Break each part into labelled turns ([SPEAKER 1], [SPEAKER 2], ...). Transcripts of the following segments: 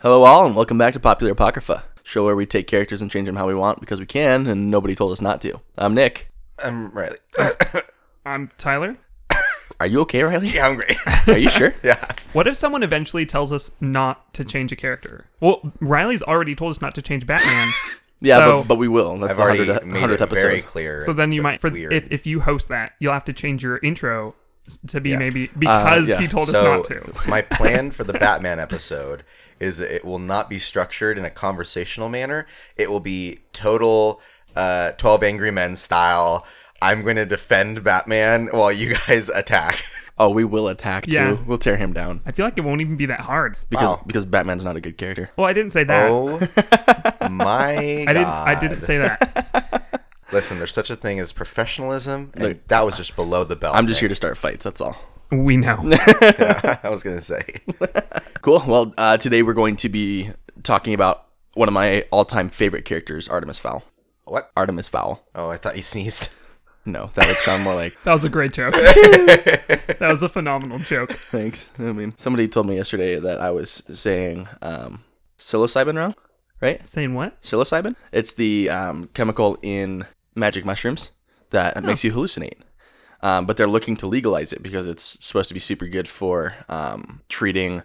[SPEAKER 1] Hello, all, and welcome back to Popular Apocrypha, show where we take characters and change them how we want because we can, and nobody told us not to. I'm Nick.
[SPEAKER 2] I'm Riley.
[SPEAKER 3] I'm Tyler.
[SPEAKER 1] Are you okay, Riley?
[SPEAKER 2] yeah, I'm great.
[SPEAKER 1] Are you sure?
[SPEAKER 2] yeah.
[SPEAKER 3] What if someone eventually tells us not to change a character? Well, Riley's already told us not to change Batman.
[SPEAKER 1] Yeah,
[SPEAKER 3] So-
[SPEAKER 1] but, but we will. That's
[SPEAKER 2] I've
[SPEAKER 1] the
[SPEAKER 2] already
[SPEAKER 1] 100th,
[SPEAKER 2] made it
[SPEAKER 1] 100th episode.
[SPEAKER 2] very clear.
[SPEAKER 3] so then you might, for,
[SPEAKER 2] weird.
[SPEAKER 3] if if you host that, you'll have to change your intro s- to be
[SPEAKER 2] Yeah.
[SPEAKER 3] maybe because
[SPEAKER 1] yeah.
[SPEAKER 3] he told us
[SPEAKER 2] so
[SPEAKER 3] not to.
[SPEAKER 2] my plan for the Batman episode is that it will not be structured in a conversational manner. It will be total uh, 12 Angry Men style. I'm going to defend Batman while you guys attack.
[SPEAKER 1] Oh, we will attack too.
[SPEAKER 3] Yeah.
[SPEAKER 1] We'll tear him down
[SPEAKER 3] I feel like it won't even be that hard.
[SPEAKER 1] because
[SPEAKER 2] Wow.
[SPEAKER 1] because Batman's not a good character.
[SPEAKER 3] Well, I didn't say that.
[SPEAKER 2] Oh my god.
[SPEAKER 3] I didn't. I didn't say that.
[SPEAKER 2] Listen, there's such a thing as professionalism, and
[SPEAKER 1] Look,
[SPEAKER 2] that was just below the belt.
[SPEAKER 1] I'm just here
[SPEAKER 2] Nick.
[SPEAKER 1] to start fights. That's all.
[SPEAKER 3] We know.
[SPEAKER 2] I was going to say.
[SPEAKER 1] Cool. Well, uh, today we're going to be talking about one of my all-time favorite characters, Artemis Fowl.
[SPEAKER 2] What?
[SPEAKER 1] Artemis Fowl.
[SPEAKER 2] Oh, I thought you sneezed.
[SPEAKER 1] No, that would sound more like
[SPEAKER 3] That was a great joke. that was a phenomenal joke.
[SPEAKER 1] Thanks. I mean, somebody told me yesterday that I was saying um, psilocybin wrong, right?
[SPEAKER 3] Saying what?
[SPEAKER 1] Psilocybin. It's the um, chemical in magic mushrooms that makes you hallucinate. Um, but they're looking to legalize it because it's supposed to be super good for um, treating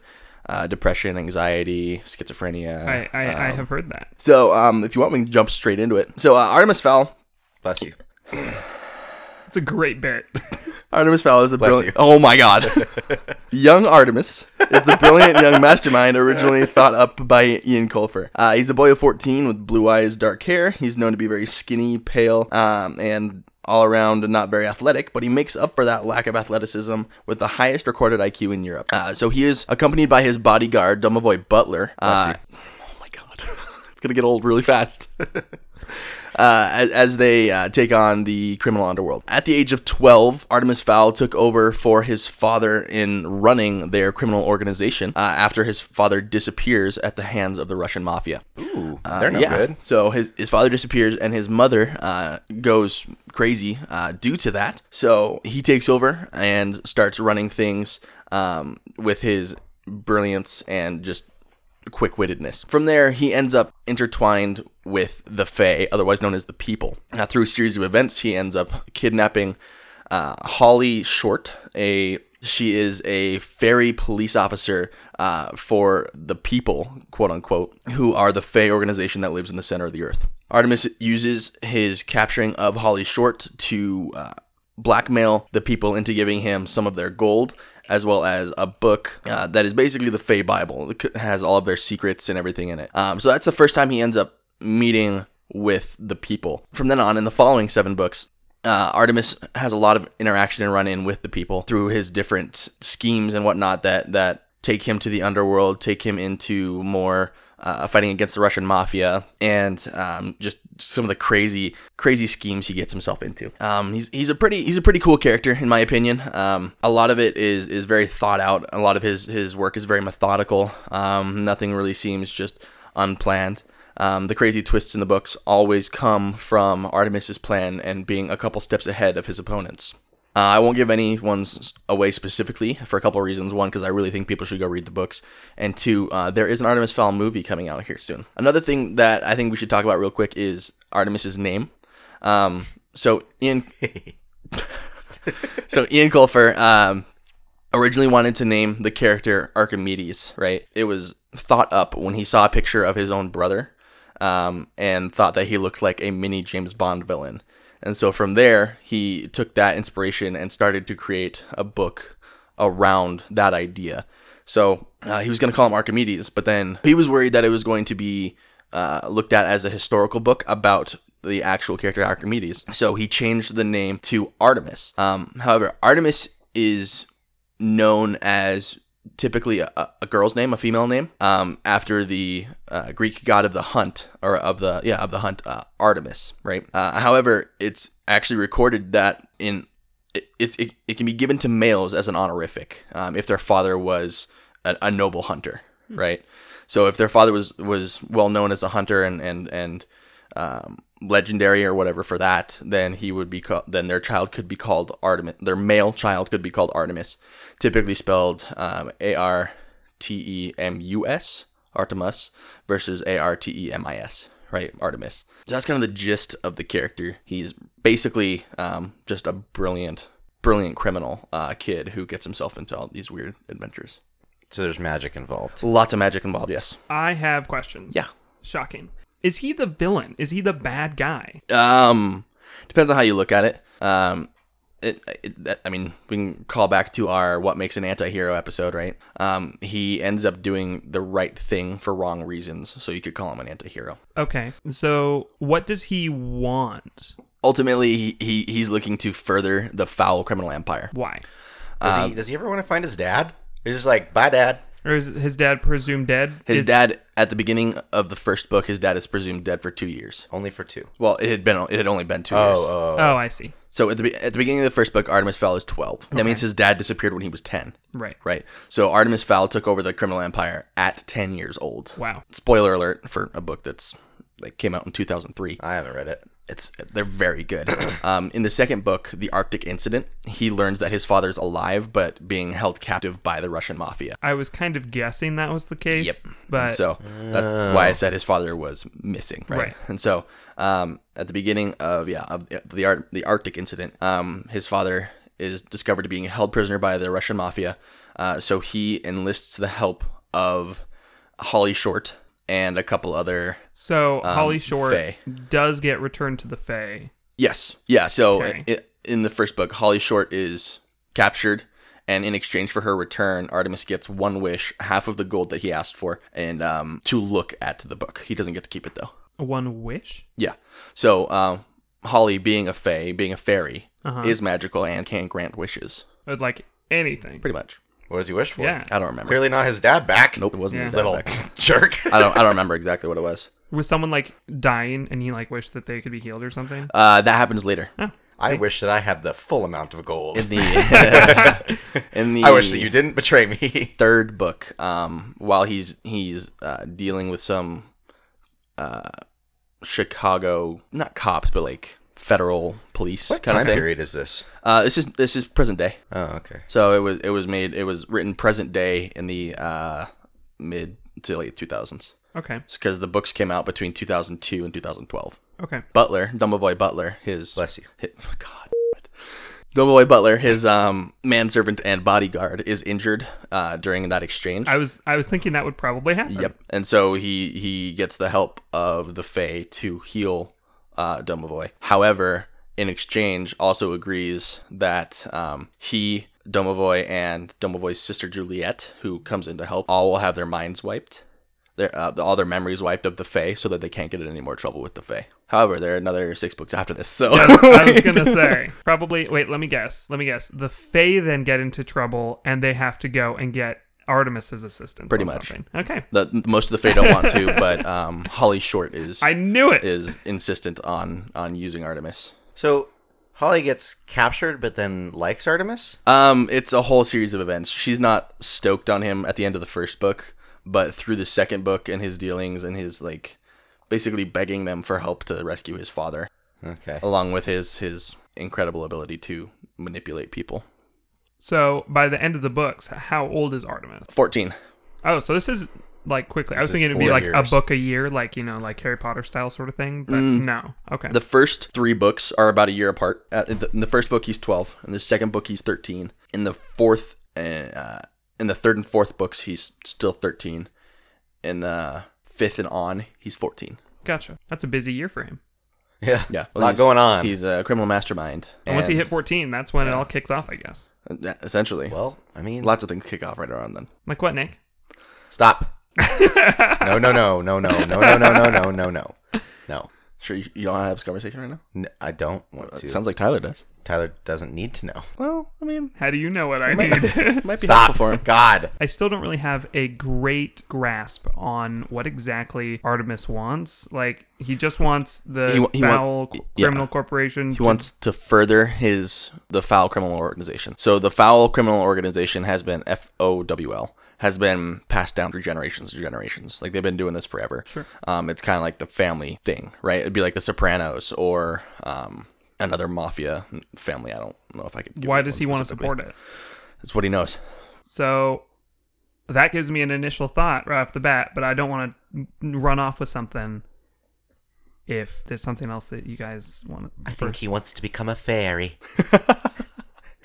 [SPEAKER 1] uh, depression, anxiety, schizophrenia.
[SPEAKER 3] I I, I have heard that.
[SPEAKER 1] So, um, if you want, we can jump straight into it. So, uh, Artemis Fowl.
[SPEAKER 2] Bless you.
[SPEAKER 3] It's a great bit.
[SPEAKER 1] Artemis Fowl is the brilliant.
[SPEAKER 2] you.
[SPEAKER 1] Oh my God. young Artemis is the brilliant young mastermind originally thought up by Ian Colfer. Uh, he's a boy of 14 with blue eyes, dark hair. He's known to be very skinny, pale, um, and all around not very athletic, but he makes up for that lack of athleticism with the highest recorded IQ in Europe. Uh, so he is accompanied by his bodyguard, Domovoy Butler. Uh, oh my God. it's going to get old really fast uh, as, as they uh, take on the criminal underworld. At the age of 12, Artemis Fowl took over for his father in running their criminal organization uh, after his father disappears at the hands of the Russian mafia.
[SPEAKER 2] Ooh,
[SPEAKER 1] Uh,
[SPEAKER 2] they're no
[SPEAKER 1] yeah.
[SPEAKER 2] good.
[SPEAKER 1] So his, his father disappears and his mother uh, goes crazy uh, due to that. So he takes over and starts running things um, with his brilliance and just quick wittedness. From there, he ends up intertwined with the Fae, otherwise known as the people. Uh, through a series of events, he ends up kidnapping uh, Holly Short, a she is a fairy police officer uh, for the people, quote unquote, who are the Fae organization that lives in the center of the earth. Artemis uses his capturing of Holly Short to uh, blackmail the people into giving him some of their gold, as well as a book uh, that is basically the Fae Bible. It c- has all of their secrets and everything in it. Um, so that's the first time he ends up meeting with the people. From then on, in the following seven books, uh, Artemis has a lot of interaction and run in with the people through his different schemes and whatnot that that take him to the underworld, take him into more uh, fighting against the Russian mafia, and um, just some of the crazy crazy schemes he gets himself into. Um, he's he's a pretty he's a pretty cool character in my opinion. Um, a lot of it is is very thought out. A lot of his his work is very methodical. Um, nothing really seems just unplanned. Um, the crazy twists in the books always come from Artemis's plan and being a couple steps ahead of his opponents. Uh, I won't give any ones away specifically for a couple reasons. One, because I really think people should go read the books, and two, uh, there is an Artemis Fowl movie coming out here soon. Another thing that I think we should talk about real quick is Artemis's name. Um, so Ian, so Ian Colfer, um, originally wanted to name the character Archimedes, right? It was thought up when he saw a picture of his own brother um, and thought that he looked like a mini James Bond villain. And so from there, he took that inspiration and started to create a book around that idea. So uh, he was going to call him Archimedes, but then he was worried that it was going to be uh, looked at as a historical book about the actual character Archimedes. So he changed the name to Artemis. Um, however, Artemis is known as typically a, a- a girl's name, a female name, um, after the uh, Greek god of the hunt or of the yeah of the hunt, uh, Artemis, right? Uh, however, it's actually recorded that in it, it's it, it can be given to males as an honorific um, if their father was a, a noble hunter, right? So if their father was was well known as a hunter and and and um, legendary or whatever for that, then he would be called. Then their child could be called Artemis. Their male child could be called Artemis, typically spelled um, A R T E M U S. Artemis versus A R T E M I S, right? Artemis. So that's kind of the gist of the character. He's basically um, just a brilliant, brilliant criminal uh, kid who gets himself into all these weird adventures.
[SPEAKER 2] So there's magic involved.
[SPEAKER 1] Lots of magic involved, yes.
[SPEAKER 3] I have questions.
[SPEAKER 1] Yeah.
[SPEAKER 3] Shocking. Is he the villain? Is he the bad guy?
[SPEAKER 1] Um, depends on how you look at it. Um, it, it that, I mean, we can call back to our "What Makes an Anti-Hero" episode, right? Um, he ends up doing the right thing for wrong reasons, so you could call him an anti-hero.
[SPEAKER 3] Okay. So what does he want?
[SPEAKER 1] Ultimately, he, he he's looking to further the foul criminal empire.
[SPEAKER 3] Why?
[SPEAKER 2] Does, he, does he ever want to find his dad? He's just like, bye, dad.
[SPEAKER 3] Or is his dad presumed dead?
[SPEAKER 1] His
[SPEAKER 3] Is-
[SPEAKER 1] dad, at the beginning of the first book, his dad is presumed dead for two years.
[SPEAKER 2] Only for two.
[SPEAKER 1] Well, it had been it had only been two years.
[SPEAKER 2] Oh, oh.
[SPEAKER 3] Oh, I see.
[SPEAKER 1] So at the be- at the beginning of the first book, Artemis Fowl is twelve. That means his dad disappeared when he was ten.
[SPEAKER 3] Right.
[SPEAKER 1] Right. So Artemis Fowl took over the criminal empire at 10 years old.
[SPEAKER 3] Wow.
[SPEAKER 1] Spoiler alert for a book that's like came out in 2003.
[SPEAKER 2] I haven't read it.
[SPEAKER 1] It's they're very good. Um, in the second book, The Arctic Incident, he learns that his father's alive but being held captive by the Russian mafia.
[SPEAKER 3] I was kind of guessing that was the case.
[SPEAKER 1] Yep.
[SPEAKER 3] But
[SPEAKER 1] And so that's why I said his father was missing, right?
[SPEAKER 3] Right.
[SPEAKER 1] And so um, at the beginning of yeah of the- the Ar- the Arctic incident, um, his father is discovered to being held prisoner by the Russian mafia. Uh, so he enlists the help of Holly Short and a couple other
[SPEAKER 3] so Holly Short
[SPEAKER 1] um, Faye.
[SPEAKER 3] does get returned to the Fae.
[SPEAKER 1] Yes. Yeah. So
[SPEAKER 3] Okay.
[SPEAKER 1] i in the first book, Holly Short is captured, and in exchange for her return, Artemis gets one wish, half of the gold that he asked for, and um, to look at the book. He doesn't get to keep it though.
[SPEAKER 3] One wish?
[SPEAKER 1] Yeah. So um, Holly, being a fae, being a fairy,
[SPEAKER 3] Uh-huh.
[SPEAKER 1] is magical and can grant wishes.
[SPEAKER 3] Or like anything.
[SPEAKER 1] Pretty much.
[SPEAKER 2] What does he wish for?
[SPEAKER 3] yeah.
[SPEAKER 1] I don't remember.
[SPEAKER 2] Clearly not his dad back.
[SPEAKER 1] Nope. It wasn't
[SPEAKER 3] Yeah.
[SPEAKER 1] yeah.
[SPEAKER 2] Little jerk.
[SPEAKER 1] I don't. I don't remember exactly what it was.
[SPEAKER 3] Was someone like dying and he like wished that they could be healed or something?
[SPEAKER 1] Uh, that happens later
[SPEAKER 2] I wish that I had the full amount of gold.
[SPEAKER 1] in the in the.
[SPEAKER 2] I wish that you didn't betray me.
[SPEAKER 1] third book, um, while he's he's uh, dealing with some uh, Chicago not cops but like federal police kind
[SPEAKER 2] Time
[SPEAKER 1] of thing.
[SPEAKER 2] period is this?
[SPEAKER 1] Uh, this is this is present day.
[SPEAKER 2] Oh, okay.
[SPEAKER 1] So it was it was made it was written present day in the uh, mid to late two thousands
[SPEAKER 3] Okay.
[SPEAKER 1] because the books came out between two thousand two and two thousand twelve.
[SPEAKER 3] Okay.
[SPEAKER 1] Butler, Dumbledoy Butler, his
[SPEAKER 2] Bless you.
[SPEAKER 1] hit, God. Dumbledoy Butler, his um, manservant and bodyguard, is injured uh, during that exchange.
[SPEAKER 3] I was I was thinking that would probably happen.
[SPEAKER 1] Yep. And so he he gets the help of the Fae to heal uh, Domovoy. However, in exchange, also agrees that um, he, Domovoy, and Domovoy's sister Juliet, who comes in to help, all will have their minds wiped. Their, uh, all their memories wiped of the Fae so that they can't get in any more trouble with the Fae. However, there are another six books after this, so
[SPEAKER 3] I was gonna say probably. Wait, let me guess. Let me guess. The Fae then get into trouble, and they have to go and get Artemis's assistance.
[SPEAKER 1] Pretty
[SPEAKER 3] on
[SPEAKER 1] much.
[SPEAKER 3] Something. Okay,
[SPEAKER 1] the, most of the Fae don't want to, but um, Holly Short is
[SPEAKER 3] I knew it.
[SPEAKER 1] is insistent on on using Artemis.
[SPEAKER 2] So Holly gets captured, but then likes Artemis.
[SPEAKER 1] Um, it's a whole series of events. She's not stoked on him at the end of the first book, but through the second book and his dealings and his like basically begging them for help to rescue his father,
[SPEAKER 2] Okay.
[SPEAKER 1] along with his his incredible ability to manipulate people.
[SPEAKER 3] So by the end of the books, how old is Artemis?
[SPEAKER 1] Fourteen.
[SPEAKER 3] Oh, so this is like quickly. I was
[SPEAKER 2] is
[SPEAKER 3] thinking it'd be
[SPEAKER 2] four
[SPEAKER 3] like a
[SPEAKER 2] years.
[SPEAKER 3] book a year, like you know, like Harry Potter style sort of thing. But no. Okay.
[SPEAKER 1] The first three books are about a year apart. Uh, in, the, in the first book, he's twelve. In the second book, he's thirteen. In the fourth, uh, uh, in the third and fourth books, he's still thirteen. In the fifth and on, he's fourteen.
[SPEAKER 3] gotcha. That's a busy year for him.
[SPEAKER 2] Yeah.
[SPEAKER 1] Yeah,
[SPEAKER 2] A lot
[SPEAKER 1] he's-
[SPEAKER 2] going on.
[SPEAKER 1] He's a criminal mastermind.
[SPEAKER 3] And once he
[SPEAKER 1] and-
[SPEAKER 3] hit 14, that's when it all kicks off, I guess.
[SPEAKER 1] Yeah, Essentially.
[SPEAKER 2] well, I mean,
[SPEAKER 1] Lots of things kick off right around then.
[SPEAKER 3] Like what, Nick?
[SPEAKER 2] stop. no, no, no, no, no, no, no, no, no, no, no, no. No.
[SPEAKER 1] Sure, you, you don't want to have this conversation right now?
[SPEAKER 2] N- I don't want to.
[SPEAKER 1] Sounds like Tyler does.
[SPEAKER 2] Tyler doesn't need to know.
[SPEAKER 1] Well, I mean,
[SPEAKER 3] How do you know what I need?
[SPEAKER 1] it might be
[SPEAKER 2] Stop.
[SPEAKER 1] helpful for him.
[SPEAKER 2] God.
[SPEAKER 3] I still don't really have a great grasp on what exactly Artemis wants. Like he just wants the
[SPEAKER 1] He wa- he wa-
[SPEAKER 3] foul co-
[SPEAKER 1] yeah.
[SPEAKER 3] criminal corporation.
[SPEAKER 1] He wants to further his the foul criminal organization. So the foul criminal organization has been F O W L has been passed down through generations to generations. Like they've been doing this forever. Sure. Um, it's kind of like the family thing, right? It'd be like The Sopranos or um, another mafia family. I don't know if I could.
[SPEAKER 3] why does he want to support it?
[SPEAKER 1] That's what he knows.
[SPEAKER 3] So that gives me an initial thought right off the bat, but I don't want to run off with something. If there's something else that you guys want,
[SPEAKER 2] I think he wants to become a fairy.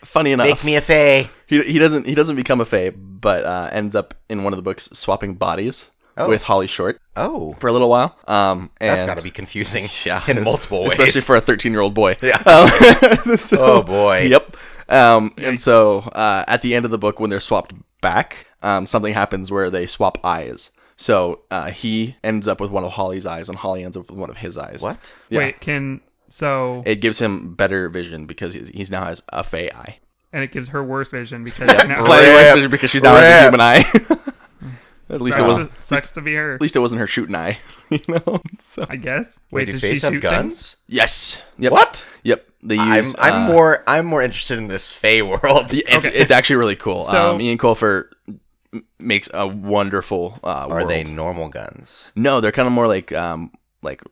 [SPEAKER 1] Funny enough,
[SPEAKER 2] Make me a fae.
[SPEAKER 1] he, he doesn't he doesn't become a fae, but uh, ends up in one of the books swapping bodies
[SPEAKER 2] Oh.
[SPEAKER 1] with Holly Short
[SPEAKER 2] Oh,
[SPEAKER 1] for a little while. Um, and
[SPEAKER 2] that's got to be confusing
[SPEAKER 1] yeah,
[SPEAKER 2] in multiple ways.
[SPEAKER 1] especially for a 13 year old boy.
[SPEAKER 2] Yeah.
[SPEAKER 1] Um, so-
[SPEAKER 2] Oh, boy.
[SPEAKER 1] Yep. Um, and so uh, at the end of the book, when they're swapped back, um, something happens where they swap eyes. So uh, he ends up with one of Holly's eyes, and Holly ends up with one of his eyes.
[SPEAKER 2] what?
[SPEAKER 1] Yeah.
[SPEAKER 3] wait, can so
[SPEAKER 1] It gives him better vision because he's, he's now has a fey eye.
[SPEAKER 3] and it gives her worse vision because now,
[SPEAKER 1] Slightly
[SPEAKER 2] Rip.
[SPEAKER 1] less vision because she's now has a
[SPEAKER 2] Rip.
[SPEAKER 1] human eye. at least
[SPEAKER 3] sucks,
[SPEAKER 1] it
[SPEAKER 3] to-
[SPEAKER 1] wasn't.
[SPEAKER 3] sucks to be her.
[SPEAKER 1] At least it wasn't her shooting eye. You know. So
[SPEAKER 3] I guess.
[SPEAKER 2] Wait,
[SPEAKER 3] Wait,
[SPEAKER 2] do
[SPEAKER 3] does
[SPEAKER 2] fays
[SPEAKER 3] she
[SPEAKER 2] have
[SPEAKER 3] shoot
[SPEAKER 2] guns?
[SPEAKER 3] things?
[SPEAKER 1] yes. Yep.
[SPEAKER 2] What?
[SPEAKER 1] Yep. They use.
[SPEAKER 2] I'm, I'm
[SPEAKER 1] uh,
[SPEAKER 2] more I'm more interested in this Fey world.
[SPEAKER 1] Yeah, It's, it's actually really cool.
[SPEAKER 3] So-
[SPEAKER 1] um, Ian Colfer m- makes a wonderful. Uh,
[SPEAKER 2] Are
[SPEAKER 1] world.
[SPEAKER 2] they normal guns?
[SPEAKER 1] No, they're kind of more like um like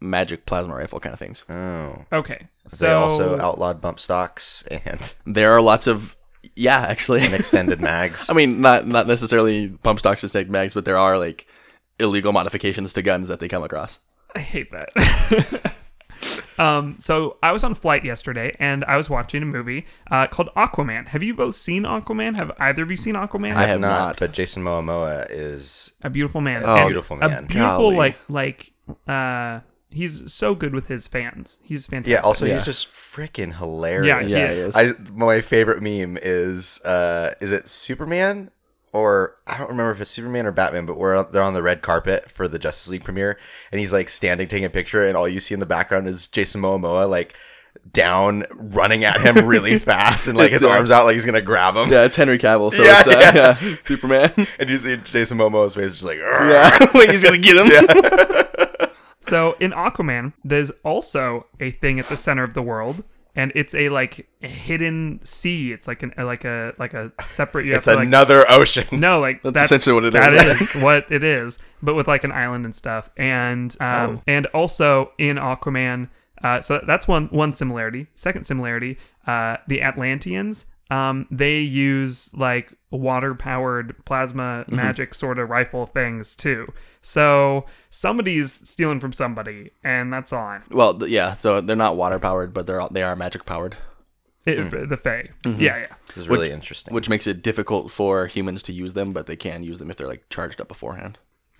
[SPEAKER 1] magic plasma rifle kind of things.
[SPEAKER 2] Oh.
[SPEAKER 3] Okay, so
[SPEAKER 2] they also outlawed bump stocks and,
[SPEAKER 1] There are lots of yeah, actually.
[SPEAKER 2] and extended mags.
[SPEAKER 1] I mean, not not necessarily pump stocks and snake mags, but there are like illegal modifications to guns that they come across.
[SPEAKER 3] I hate that. um, so I was on flight yesterday and I was watching a movie uh, called Aquaman. Have you both seen Aquaman? Have either of you seen Aquaman?
[SPEAKER 2] I
[SPEAKER 1] have
[SPEAKER 2] have not,
[SPEAKER 1] not.
[SPEAKER 2] but Jason Momoa is
[SPEAKER 3] a beautiful man.
[SPEAKER 2] A beautiful man.
[SPEAKER 3] A beautiful
[SPEAKER 1] Golly.
[SPEAKER 3] like like uh, he's so good with his fans. He's fantastic.
[SPEAKER 2] yeah. Also,
[SPEAKER 1] Yeah.
[SPEAKER 2] he's just freaking
[SPEAKER 3] yeah,
[SPEAKER 2] hilarious.
[SPEAKER 3] he
[SPEAKER 1] Yeah,
[SPEAKER 3] is.
[SPEAKER 1] he is.
[SPEAKER 2] I my favorite meme is uh is it Superman or I don't remember if it's Superman or Batman, but we're they're on the red carpet for the Justice League premiere, and he's like standing taking a picture, and all you see in the background is Jason Momoa like down running at him really fast, and like his arms out like he's gonna grab him,
[SPEAKER 1] Yeah, it's Henry Cavill, so
[SPEAKER 2] Yeah,
[SPEAKER 1] it's uh,
[SPEAKER 2] yeah.
[SPEAKER 1] yeah, Superman.
[SPEAKER 2] and you see Jason Momoa's face just like
[SPEAKER 1] yeah, like he's gonna get him.
[SPEAKER 3] So in Aquaman, there's also a thing at the center of the world, and it's a like hidden sea. It's like an like a like a separate. You
[SPEAKER 2] It's
[SPEAKER 3] have to, like,
[SPEAKER 2] another ocean.
[SPEAKER 3] No, like that's,
[SPEAKER 1] essentially what it
[SPEAKER 3] that
[SPEAKER 1] is.
[SPEAKER 3] is what it is, but with like an island and stuff, and um,
[SPEAKER 1] Oh.
[SPEAKER 3] and also in Aquaman. Uh, so that's one one similarity. Second similarity, uh, the Atlanteans. Um, they use like water powered plasma
[SPEAKER 1] Mm-hmm.
[SPEAKER 3] magic sort of rifle things too. So somebody's stealing from somebody, and that's all. I'm,
[SPEAKER 1] Well, th- yeah, so they're not water powered, but they're all, they are magic powered,
[SPEAKER 3] it,
[SPEAKER 1] Hmm.
[SPEAKER 3] The Fae.
[SPEAKER 1] Mm-hmm.
[SPEAKER 3] Yeah, yeah.
[SPEAKER 2] This is really interesting.
[SPEAKER 1] which makes it difficult for humans to use them, but they can use them if they're like charged up beforehand.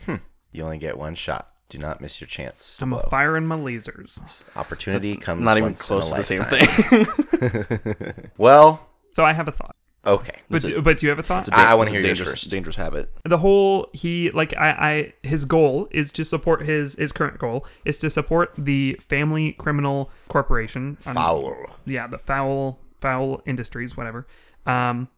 [SPEAKER 2] you only get one shot. Do not miss your chance. to
[SPEAKER 3] I'm
[SPEAKER 2] blow.
[SPEAKER 3] firing my lasers.
[SPEAKER 2] Opportunity comes
[SPEAKER 1] Not even
[SPEAKER 2] once in a
[SPEAKER 1] close to the same
[SPEAKER 2] lifetime.
[SPEAKER 1] thing.
[SPEAKER 2] Well,
[SPEAKER 3] So I have a thought.
[SPEAKER 2] okay.
[SPEAKER 3] But do, but do you have a thought?
[SPEAKER 2] I- I
[SPEAKER 1] It's
[SPEAKER 2] wanna
[SPEAKER 1] a
[SPEAKER 2] hear yours
[SPEAKER 1] dangerous-
[SPEAKER 2] first.
[SPEAKER 1] Dangerous habit.
[SPEAKER 3] the whole he like I, I his goal is to support his his current goal is to support the family criminal corporation um,
[SPEAKER 2] Foul.
[SPEAKER 3] yeah the foul foul industries whatever um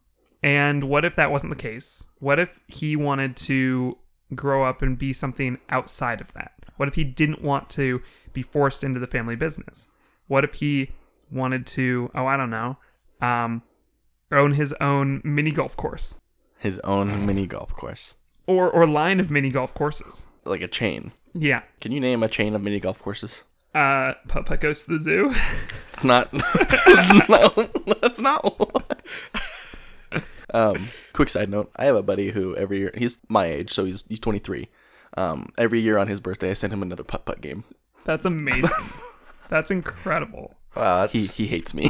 [SPEAKER 3] and what if that wasn't the case what if he wanted to grow up and be something outside of that what if he didn't want to be forced into the family business what if he wanted to oh i don't know um own his own mini golf course
[SPEAKER 1] His own mini golf course,
[SPEAKER 3] or or line of mini golf courses.
[SPEAKER 1] like a chain.
[SPEAKER 3] Yeah.
[SPEAKER 1] Can you name a chain of mini golf courses?
[SPEAKER 3] Uh, Putt Putt goes to the zoo.
[SPEAKER 1] It's not. no, that's not. one. um, quick side note: I have a buddy who every year he's my age, so he's he's 23. Um, every year on his birthday, I send him another putt putt game.
[SPEAKER 3] That's amazing. That's incredible.
[SPEAKER 2] Wow, that's,
[SPEAKER 1] He he hates me.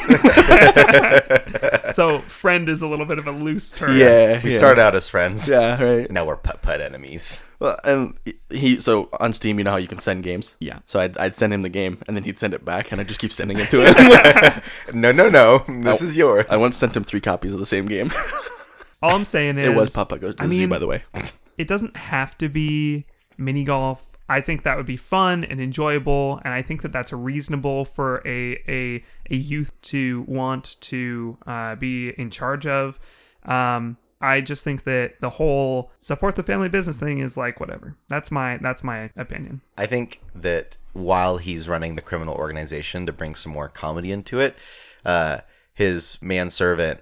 [SPEAKER 3] So friend is a little bit of a loose term.
[SPEAKER 1] yeah,
[SPEAKER 2] we started out as friends.
[SPEAKER 1] Yeah, right.
[SPEAKER 2] Now we're putt putt enemies.
[SPEAKER 1] Well, and he so on Steam, you know how you can send games.
[SPEAKER 3] Yeah.
[SPEAKER 1] So I'd, I'd send him the game, and then he'd send it back, and I just keep sending it to him.
[SPEAKER 2] No, no, no. This is yours.
[SPEAKER 1] I once sent him three copies of the same game.
[SPEAKER 3] All I'm saying is
[SPEAKER 1] it was Papa Goes to
[SPEAKER 3] I
[SPEAKER 1] the Zoo,
[SPEAKER 3] mean,
[SPEAKER 1] by the way.
[SPEAKER 3] It doesn't have to be mini golf. I think that would be fun and enjoyable, and I think that that's reasonable for a a, a youth to want to uh, be in charge of. Um, I just think that the whole support the family business thing is like whatever. That's my that's my opinion.
[SPEAKER 2] I think that while he's running the criminal organization to bring some more comedy into it, uh, his manservant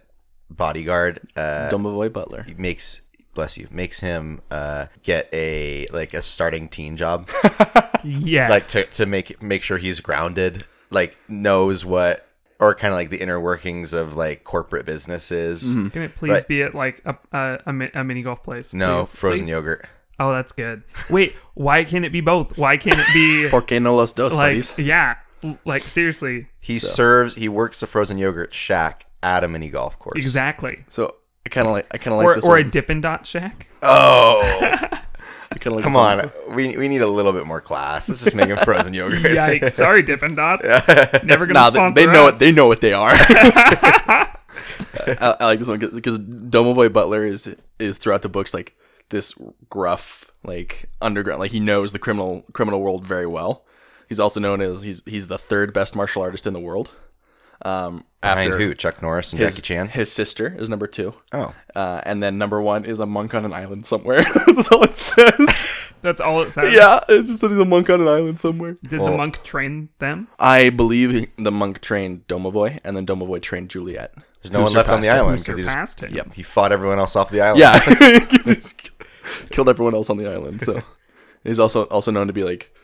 [SPEAKER 2] bodyguard uh,
[SPEAKER 1] Domovoy Butler.
[SPEAKER 2] makes bless you makes him uh, get a like a starting teen job,
[SPEAKER 3] Yes.
[SPEAKER 2] like to, to make make sure he's grounded, like knows what or kind of like the inner workings of like corporate businesses.
[SPEAKER 3] Can it please
[SPEAKER 2] Right.
[SPEAKER 3] be at like a a, a, mi- a mini golf place?
[SPEAKER 2] No,
[SPEAKER 3] Please,
[SPEAKER 2] frozen
[SPEAKER 3] please?
[SPEAKER 2] yogurt.
[SPEAKER 3] Oh, that's good. Wait, why can't it be both? Why can't it be
[SPEAKER 1] Por qué no los dos,
[SPEAKER 3] like
[SPEAKER 1] buddies?
[SPEAKER 3] yeah, l- like seriously,
[SPEAKER 2] He serves. He works the frozen yogurt shack at a mini golf course.
[SPEAKER 3] exactly.
[SPEAKER 1] So I kind of like I kind of like
[SPEAKER 3] Or
[SPEAKER 1] this
[SPEAKER 3] or a
[SPEAKER 1] one.
[SPEAKER 3] Dippin' Dot shack.
[SPEAKER 2] Oh,
[SPEAKER 1] I kinda like
[SPEAKER 2] come
[SPEAKER 1] this one.
[SPEAKER 2] on. We we need a little bit more class. Let's just make him frozen yogurt.
[SPEAKER 3] Yikes! Sorry, Dippin' Dots. Never gonna
[SPEAKER 1] Nah,
[SPEAKER 3] sponsor
[SPEAKER 1] they, they know
[SPEAKER 3] us.
[SPEAKER 1] what they know what they are. I, I like this one because Domovoy Butler is is throughout the books like this gruff, like underground, like he knows the criminal criminal world very well. He's also known as he's he's the third best martial artist in the world. Um,
[SPEAKER 2] Behind
[SPEAKER 1] after
[SPEAKER 2] who? Chuck Norris and
[SPEAKER 1] his,
[SPEAKER 2] Jackie Chan.
[SPEAKER 1] his sister is number two,
[SPEAKER 2] Oh,
[SPEAKER 1] uh, and then number one is a monk on an island somewhere. That's all it says.
[SPEAKER 3] That's all it says.
[SPEAKER 1] yeah, it just says he's a monk on an island somewhere.
[SPEAKER 3] Did the
[SPEAKER 2] Well-
[SPEAKER 3] monk train them?
[SPEAKER 1] I believe he- the monk trained Domovoy, and then Domovoy trained Juliet.
[SPEAKER 2] there's no
[SPEAKER 1] Who
[SPEAKER 2] one left
[SPEAKER 1] surpassed
[SPEAKER 2] on the
[SPEAKER 1] him.
[SPEAKER 2] island because he just
[SPEAKER 3] Surpassed him.
[SPEAKER 1] Yep.
[SPEAKER 2] he fought everyone else off the island.
[SPEAKER 1] Yeah, 'Cause he's killed everyone else on the island. So he's also also known to be like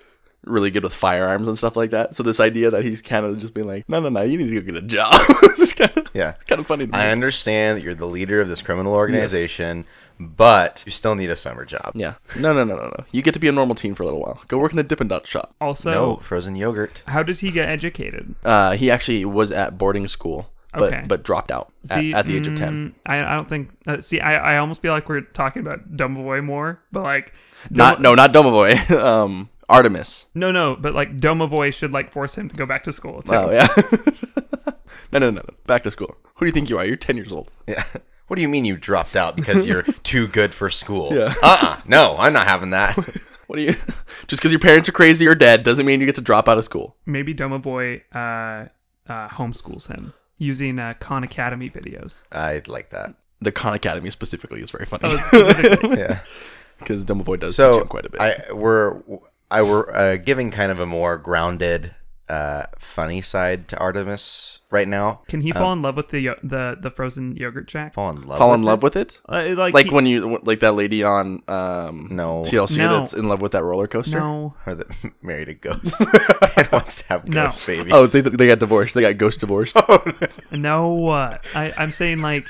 [SPEAKER 1] really good with firearms and stuff like that. So this idea that he's kind of just being like, no, no, no, you need to go get a job. it's just kind of
[SPEAKER 2] Yeah.
[SPEAKER 1] it's kind of funny to me.
[SPEAKER 2] I understand that you're the leader of this criminal organization, but you still need a summer job.
[SPEAKER 1] yeah, no, no, no, no, no. You get to be a normal teen for a little while. Go work in the Dippin' Dot shop.
[SPEAKER 3] Also,
[SPEAKER 2] No frozen yogurt.
[SPEAKER 3] how does he get educated?
[SPEAKER 1] Uh, he actually was at boarding school, but
[SPEAKER 3] Okay.
[SPEAKER 1] but dropped out at,
[SPEAKER 3] See,
[SPEAKER 1] at the age of ten.
[SPEAKER 3] mm, I, I don't think. Uh, see, I, I almost feel like we're talking about Domovoy more, but like,
[SPEAKER 1] Not no, not Domovoy. um, Artemis.
[SPEAKER 3] no, no, but like Domovoy should like force him to go back to school. Too.
[SPEAKER 1] Oh yeah. no, no, no, no. Back to school. Who do you think you are? You're ten years old.
[SPEAKER 2] Yeah. What do you mean you dropped out because you're too good for school?
[SPEAKER 1] Yeah.
[SPEAKER 2] Uh-uh. No, I'm not having that.
[SPEAKER 1] What do you? Just because your parents are crazy or dead doesn't mean you get to drop out of school.
[SPEAKER 3] Maybe Domovoy uh, uh, homeschools him using uh, Khan Academy videos.
[SPEAKER 2] I'd like that.
[SPEAKER 1] The Khan Academy specifically is very funny
[SPEAKER 3] Oh, specifically.
[SPEAKER 2] Yeah.
[SPEAKER 1] because Dumbledore does teach
[SPEAKER 2] So
[SPEAKER 1] him quite a bit.
[SPEAKER 2] I we're I were uh, giving kind of a more grounded, uh, funny side to Artemis right now.
[SPEAKER 3] Can he fall in love with the yo- the the frozen yogurt shack?
[SPEAKER 2] Fall in love.
[SPEAKER 1] Fall
[SPEAKER 2] with
[SPEAKER 1] in
[SPEAKER 2] it?
[SPEAKER 1] love with it,
[SPEAKER 3] Uh, like
[SPEAKER 1] like
[SPEAKER 3] he-
[SPEAKER 1] when you like that lady on um,
[SPEAKER 2] No.
[SPEAKER 1] TLC
[SPEAKER 3] No.
[SPEAKER 1] that's in love with that roller coaster.
[SPEAKER 3] no.
[SPEAKER 2] Or that married a ghost and wants to have
[SPEAKER 3] No.
[SPEAKER 2] ghost babies.
[SPEAKER 1] Oh, they, they got divorced. They got ghost divorced.
[SPEAKER 2] Oh,
[SPEAKER 3] No, uh, I, I'm saying like,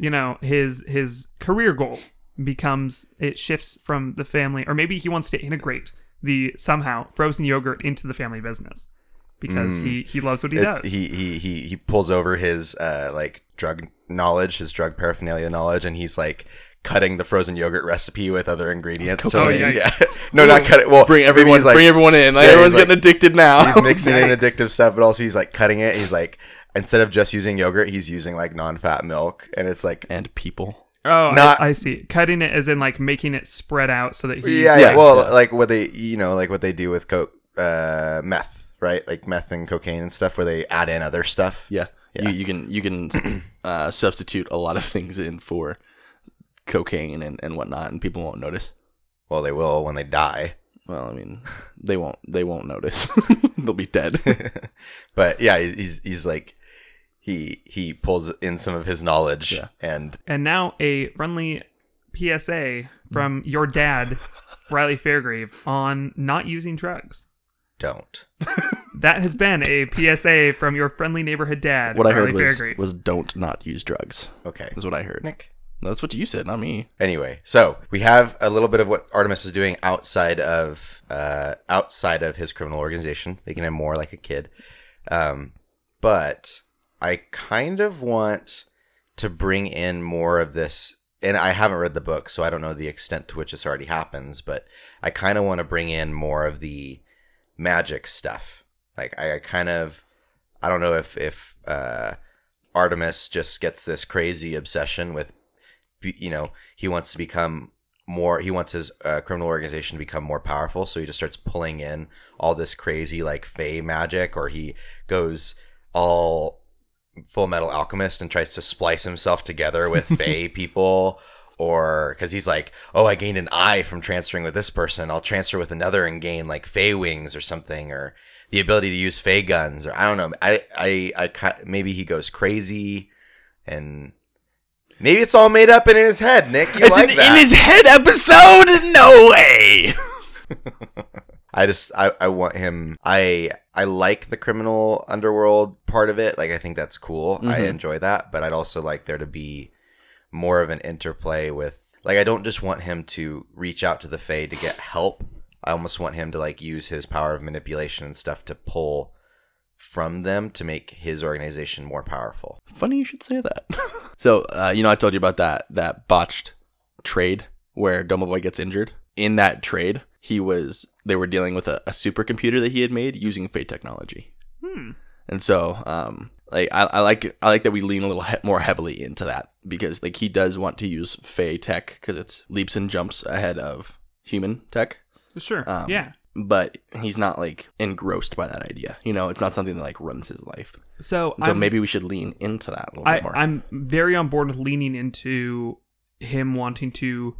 [SPEAKER 3] you know, his his career goal becomes it shifts from the family, or maybe he wants to integrate the somehow frozen yogurt into the family business because he he loves what he
[SPEAKER 2] it's,
[SPEAKER 3] does.
[SPEAKER 2] he, he he he pulls over his uh like drug knowledge, his drug paraphernalia knowledge, and he's like cutting the frozen yogurt recipe with other ingredients. So
[SPEAKER 3] Cocaine.
[SPEAKER 2] yeah,
[SPEAKER 3] Oh,
[SPEAKER 2] yeah. no, not cut it. Well,
[SPEAKER 1] bring
[SPEAKER 2] maybe
[SPEAKER 1] everyone,
[SPEAKER 2] he's, like,
[SPEAKER 1] bring everyone in. Like,
[SPEAKER 2] yeah, he's
[SPEAKER 1] everyone's
[SPEAKER 2] like-
[SPEAKER 1] getting addicted now.
[SPEAKER 2] He's mixing in addictive stuff, but also he's like cutting it. He's like instead of just using yogurt, he's using like non-fat milk, and it's like
[SPEAKER 1] and people.
[SPEAKER 3] oh, I-
[SPEAKER 2] not-
[SPEAKER 3] I, see. Cutting it as in like making it spread out so that he
[SPEAKER 2] yeah,
[SPEAKER 1] Yeah,
[SPEAKER 2] yeah. Well,
[SPEAKER 1] yeah.
[SPEAKER 2] like what they you know like what they do with coke, uh, meth, right? Like meth and cocaine and stuff, where they add in other stuff.
[SPEAKER 1] Yeah, You, you can you can uh, substitute a lot of things in for cocaine and, and whatnot, and people won't notice.
[SPEAKER 2] Well, they will when they die.
[SPEAKER 1] Well, I mean, they won't. They won't notice. They'll be dead.
[SPEAKER 2] but yeah, he- he's he's like he he pulls in some of his knowledge
[SPEAKER 1] Yeah.
[SPEAKER 2] and
[SPEAKER 3] And now a friendly PSA from your dad, Riley Fairgrave, on not using drugs.
[SPEAKER 2] don't.
[SPEAKER 3] That has been a PSA from your friendly neighborhood dad,
[SPEAKER 1] What I
[SPEAKER 3] Riley
[SPEAKER 1] heard was,
[SPEAKER 3] Fairgrave.
[SPEAKER 1] was don't not use drugs.
[SPEAKER 2] Okay.
[SPEAKER 1] Is what I heard.
[SPEAKER 2] Nick.
[SPEAKER 1] No, that's what you said, not me.
[SPEAKER 2] Anyway, so we have a little bit of what Artemis is doing outside of uh outside of his criminal organization, making him more like a kid. Um but I kind of want to bring in more of this and I haven't read the book, so I don't know the extent to which this already happens, but I kind of want to bring in more of the magic stuff. Like I, I kind of I don't know if if uh, Artemis just gets this crazy obsession with be- you know he wants to become more he wants his uh, criminal organization to become more powerful so he just starts pulling in all this crazy like fey magic or he goes all full metal alchemist and tries to splice himself together with fey people or because he's like oh i gained an eye from transferring with this person i'll transfer with another and gain like fey wings or something or the ability to use fey guns or i don't know i i, I ca- maybe he goes crazy and maybe it's all made up and in his head nick you like that
[SPEAKER 1] head episode. No way.
[SPEAKER 2] I just I, I want him I I like the criminal underworld part of it. Like I think that's cool. I
[SPEAKER 1] Mhm.
[SPEAKER 2] enjoy that, but I'd also like there to be more of an interplay with like I don't just want him to reach out to the Fae to get help. I almost want him to like use his power of manipulation and stuff to pull from them to make his organization more powerful.
[SPEAKER 1] Funny you should say that. so, uh, you know, I told you about that that botched trade where Dumbledore gets injured. In that trade, he was they were dealing with a, a supercomputer that he had made using Fate technology,
[SPEAKER 3] Hmm.
[SPEAKER 1] and so um, like I, I like I like that we lean a little he- more heavily into that because like he does want to use Fey tech because it's leaps and jumps ahead of human tech
[SPEAKER 3] Sure.
[SPEAKER 1] Um,
[SPEAKER 3] yeah.
[SPEAKER 1] but he's not like engrossed by that idea you know it's not something that like runs his life
[SPEAKER 3] So,
[SPEAKER 1] so
[SPEAKER 3] I'm,
[SPEAKER 1] maybe we should lean into that a little
[SPEAKER 3] I,
[SPEAKER 1] bit more
[SPEAKER 3] I'm very on board with leaning into him wanting to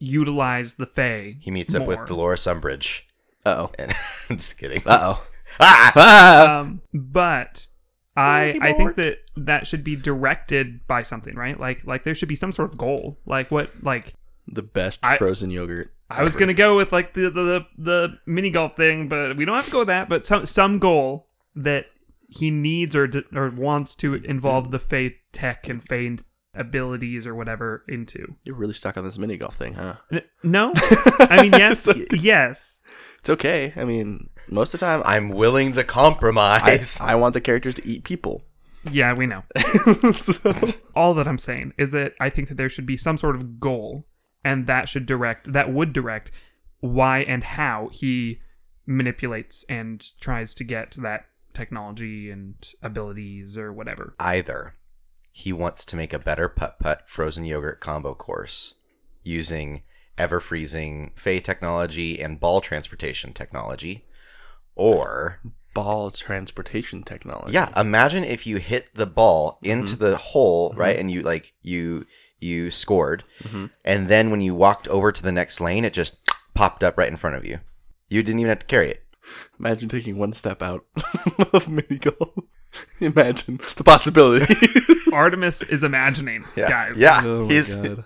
[SPEAKER 3] utilize the Fae.
[SPEAKER 2] He meets up with
[SPEAKER 3] more.
[SPEAKER 2] Dolores Umbridge,
[SPEAKER 1] uh-oh
[SPEAKER 2] and I'm just kidding.
[SPEAKER 3] Uh,
[SPEAKER 1] uh-oh
[SPEAKER 2] Ah!
[SPEAKER 1] ah!
[SPEAKER 3] um, but I I think that that should be directed by something, right? Like like there should be some sort of goal. Like what like
[SPEAKER 1] the best
[SPEAKER 3] I-
[SPEAKER 1] frozen yogurt
[SPEAKER 3] I was gonna go with like the the the mini golf thing, but we don't have to go with that. But some some goal that he needs or d- or wants to involve the Fey tech and Fey abilities or whatever into.
[SPEAKER 1] you're really stuck on this mini golf thing huh
[SPEAKER 3] N- No, I mean yes, yes.
[SPEAKER 1] it's okay i mean most of the time i
[SPEAKER 2] I'm willing to
[SPEAKER 1] I,
[SPEAKER 2] compromise.
[SPEAKER 1] I want the characters to eat people
[SPEAKER 3] Yeah, we know.
[SPEAKER 1] So-
[SPEAKER 3] All that I'm saying is that I think that there should be some sort of goal, and that should direct, that would direct why and how he manipulates and tries to get that technology and abilities or whatever.
[SPEAKER 2] Either he wants to make a better putt putt frozen yogurt combo course using ever freezing Fey technology and ball transportation technology, or
[SPEAKER 1] ball transportation technology
[SPEAKER 2] Yeah, imagine if you hit the ball into the hole, right? And you like you you scored. And then when you walked over to the next lane, it just popped up right in front of you. You didn't even have to carry it.
[SPEAKER 1] imagine taking one step out of mini golf imagine the possibility
[SPEAKER 3] Artemis is imagining,
[SPEAKER 2] Yeah.
[SPEAKER 3] guys.
[SPEAKER 2] Yeah.
[SPEAKER 1] oh my
[SPEAKER 2] he's
[SPEAKER 1] god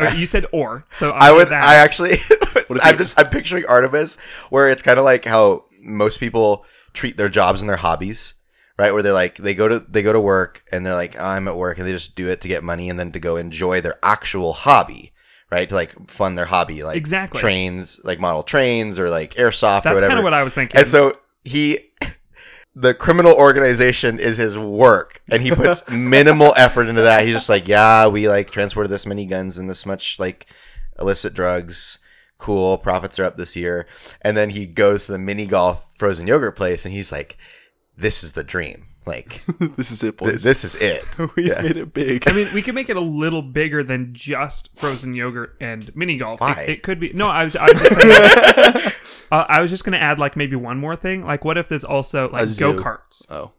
[SPEAKER 3] Okay, you said or, so
[SPEAKER 2] I
[SPEAKER 3] I'll
[SPEAKER 2] would.
[SPEAKER 3] do That.
[SPEAKER 2] I actually.
[SPEAKER 1] if
[SPEAKER 2] I'm
[SPEAKER 1] you-
[SPEAKER 2] just. I'm picturing Artemis, where it's kind of like how most people treat their jobs and their hobbies, right? Where they like they go to they go to work and they're like, "Oh, I'm at work, and they just do it to get money and then to go enjoy their actual hobby, right? To like fund their hobby, like
[SPEAKER 3] Exactly.
[SPEAKER 2] trains, like model trains or like airsoft or
[SPEAKER 3] That's
[SPEAKER 2] whatever.
[SPEAKER 3] kind of what I was thinking.
[SPEAKER 2] and so he. The criminal organization is his work, and he puts minimal effort into that. He's just like, yeah, we like transported this many guns and this much like illicit drugs. Cool, profits are up this year. And then he goes to the mini golf frozen yogurt place and he's like, this is the dream. Like,
[SPEAKER 1] this is it
[SPEAKER 2] th-
[SPEAKER 1] boys
[SPEAKER 2] this is it.
[SPEAKER 1] we
[SPEAKER 2] Yeah.
[SPEAKER 1] made it big
[SPEAKER 3] I mean, we could make it a little bigger than just frozen yogurt and mini golf. It-
[SPEAKER 2] Why?
[SPEAKER 3] It, could be. No, I was, I was just saying. uh, I was just gonna add like maybe one more thing. Like, what if there's also like
[SPEAKER 1] zoo.
[SPEAKER 3] go karts?
[SPEAKER 1] oh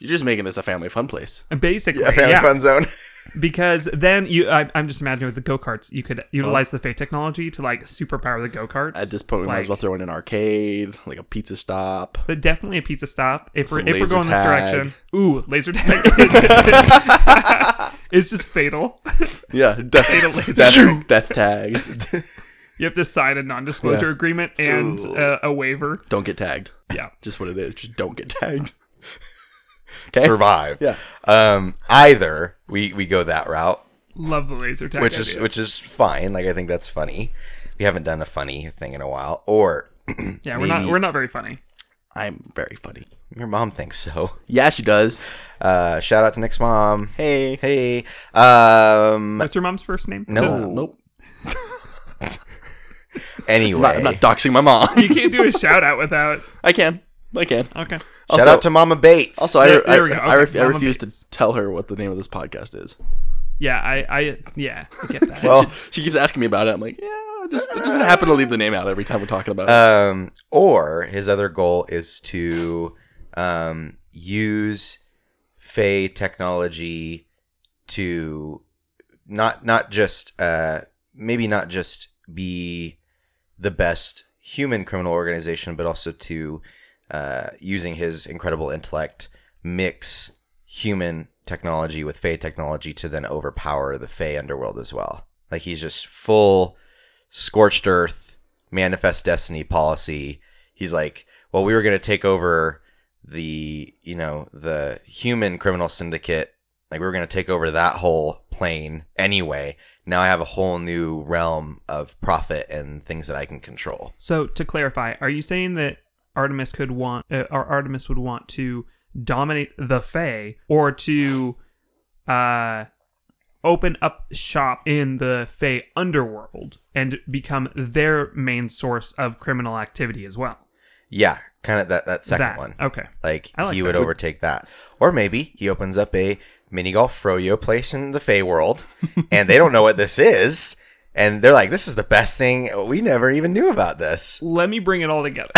[SPEAKER 1] you're just making this a family fun place
[SPEAKER 3] Basically,
[SPEAKER 2] A
[SPEAKER 3] yeah,
[SPEAKER 2] family fun zone.
[SPEAKER 3] because then you. I, I'm just imagining with the go karts, you could utilize the fate technology to like superpower the go karts.
[SPEAKER 1] At this point, we might as well throw in an arcade, like a pizza stop.
[SPEAKER 3] But definitely a pizza stop. If we're
[SPEAKER 1] Some
[SPEAKER 3] if we're
[SPEAKER 1] laser
[SPEAKER 3] going this
[SPEAKER 1] tag.
[SPEAKER 3] direction, ooh, laser tag. it's just fatal.
[SPEAKER 1] Yeah, death, death, death tag.
[SPEAKER 3] You have to sign a non-disclosure
[SPEAKER 1] Yeah.
[SPEAKER 3] agreement and uh, a waiver.
[SPEAKER 1] Don't get tagged.
[SPEAKER 3] Yeah.
[SPEAKER 1] Just what it is. Just don't get tagged.
[SPEAKER 2] Survive.
[SPEAKER 1] Yeah.
[SPEAKER 2] Um, either we, we go that route,
[SPEAKER 3] Love the laser tag.
[SPEAKER 2] which is
[SPEAKER 3] idea.
[SPEAKER 2] which is fine. Like I think that's funny. We haven't done a funny thing in a while. Or
[SPEAKER 3] yeah, we're not
[SPEAKER 2] maybe-
[SPEAKER 3] we're not very funny.
[SPEAKER 1] I'm very funny.
[SPEAKER 2] your mom thinks so.
[SPEAKER 1] Yeah, she does.
[SPEAKER 2] Uh, shout out to Nick's mom.
[SPEAKER 1] Hey.
[SPEAKER 2] Hey. Um,
[SPEAKER 3] What's your mom's first name?
[SPEAKER 1] Uh,
[SPEAKER 2] no.
[SPEAKER 1] nope.
[SPEAKER 2] Anyway,
[SPEAKER 1] I'm not, I'm not doxing my mom.
[SPEAKER 3] You can't do a shout out without.
[SPEAKER 1] I can. I can.
[SPEAKER 3] Okay.
[SPEAKER 2] shout
[SPEAKER 1] also-
[SPEAKER 2] out to Mama Bates.
[SPEAKER 1] Also, I,
[SPEAKER 3] There-
[SPEAKER 1] I,
[SPEAKER 3] there we go.
[SPEAKER 1] I, ref-
[SPEAKER 3] Okay,
[SPEAKER 1] I
[SPEAKER 3] Mama
[SPEAKER 1] refuse
[SPEAKER 3] Bates.
[SPEAKER 1] to tell her what the name of this podcast is.
[SPEAKER 3] Yeah, I I yeah, I get that.
[SPEAKER 2] Well-
[SPEAKER 1] She keeps asking me about it. I'm like, yeah, I just, it doesn't happen to leave the name out every time we're talking about it.
[SPEAKER 2] Um, or his other goal is to um, use Fey technology to not not just uh, maybe not just be the best human criminal organization, but also to uh, using his incredible intellect mix human technology with Fey technology to then overpower the Fey underworld as well. Like he's just full scorched earth manifest destiny policy. He's like, well, we were going to take over the, you know, the human criminal syndicate. Like we were going to take over that whole plane anyway. Now I have a whole new realm of profit and things that I can control.
[SPEAKER 3] So to clarify, are you saying that Artemis could want, uh, or Artemis would want to dominate the Fae, or to uh, open up shop in the Fae underworld and become their main source of criminal activity as well?
[SPEAKER 2] Yeah, kind of that that second
[SPEAKER 3] That.
[SPEAKER 2] one.
[SPEAKER 3] Okay.
[SPEAKER 2] Like,
[SPEAKER 3] I like
[SPEAKER 2] he
[SPEAKER 3] that.
[SPEAKER 2] would overtake that. Or maybe he opens up a mini golf froyo place in the Fey world and they don't know what this is. And they're like, this is the best thing. We never even knew about this.
[SPEAKER 3] Let me bring it all together.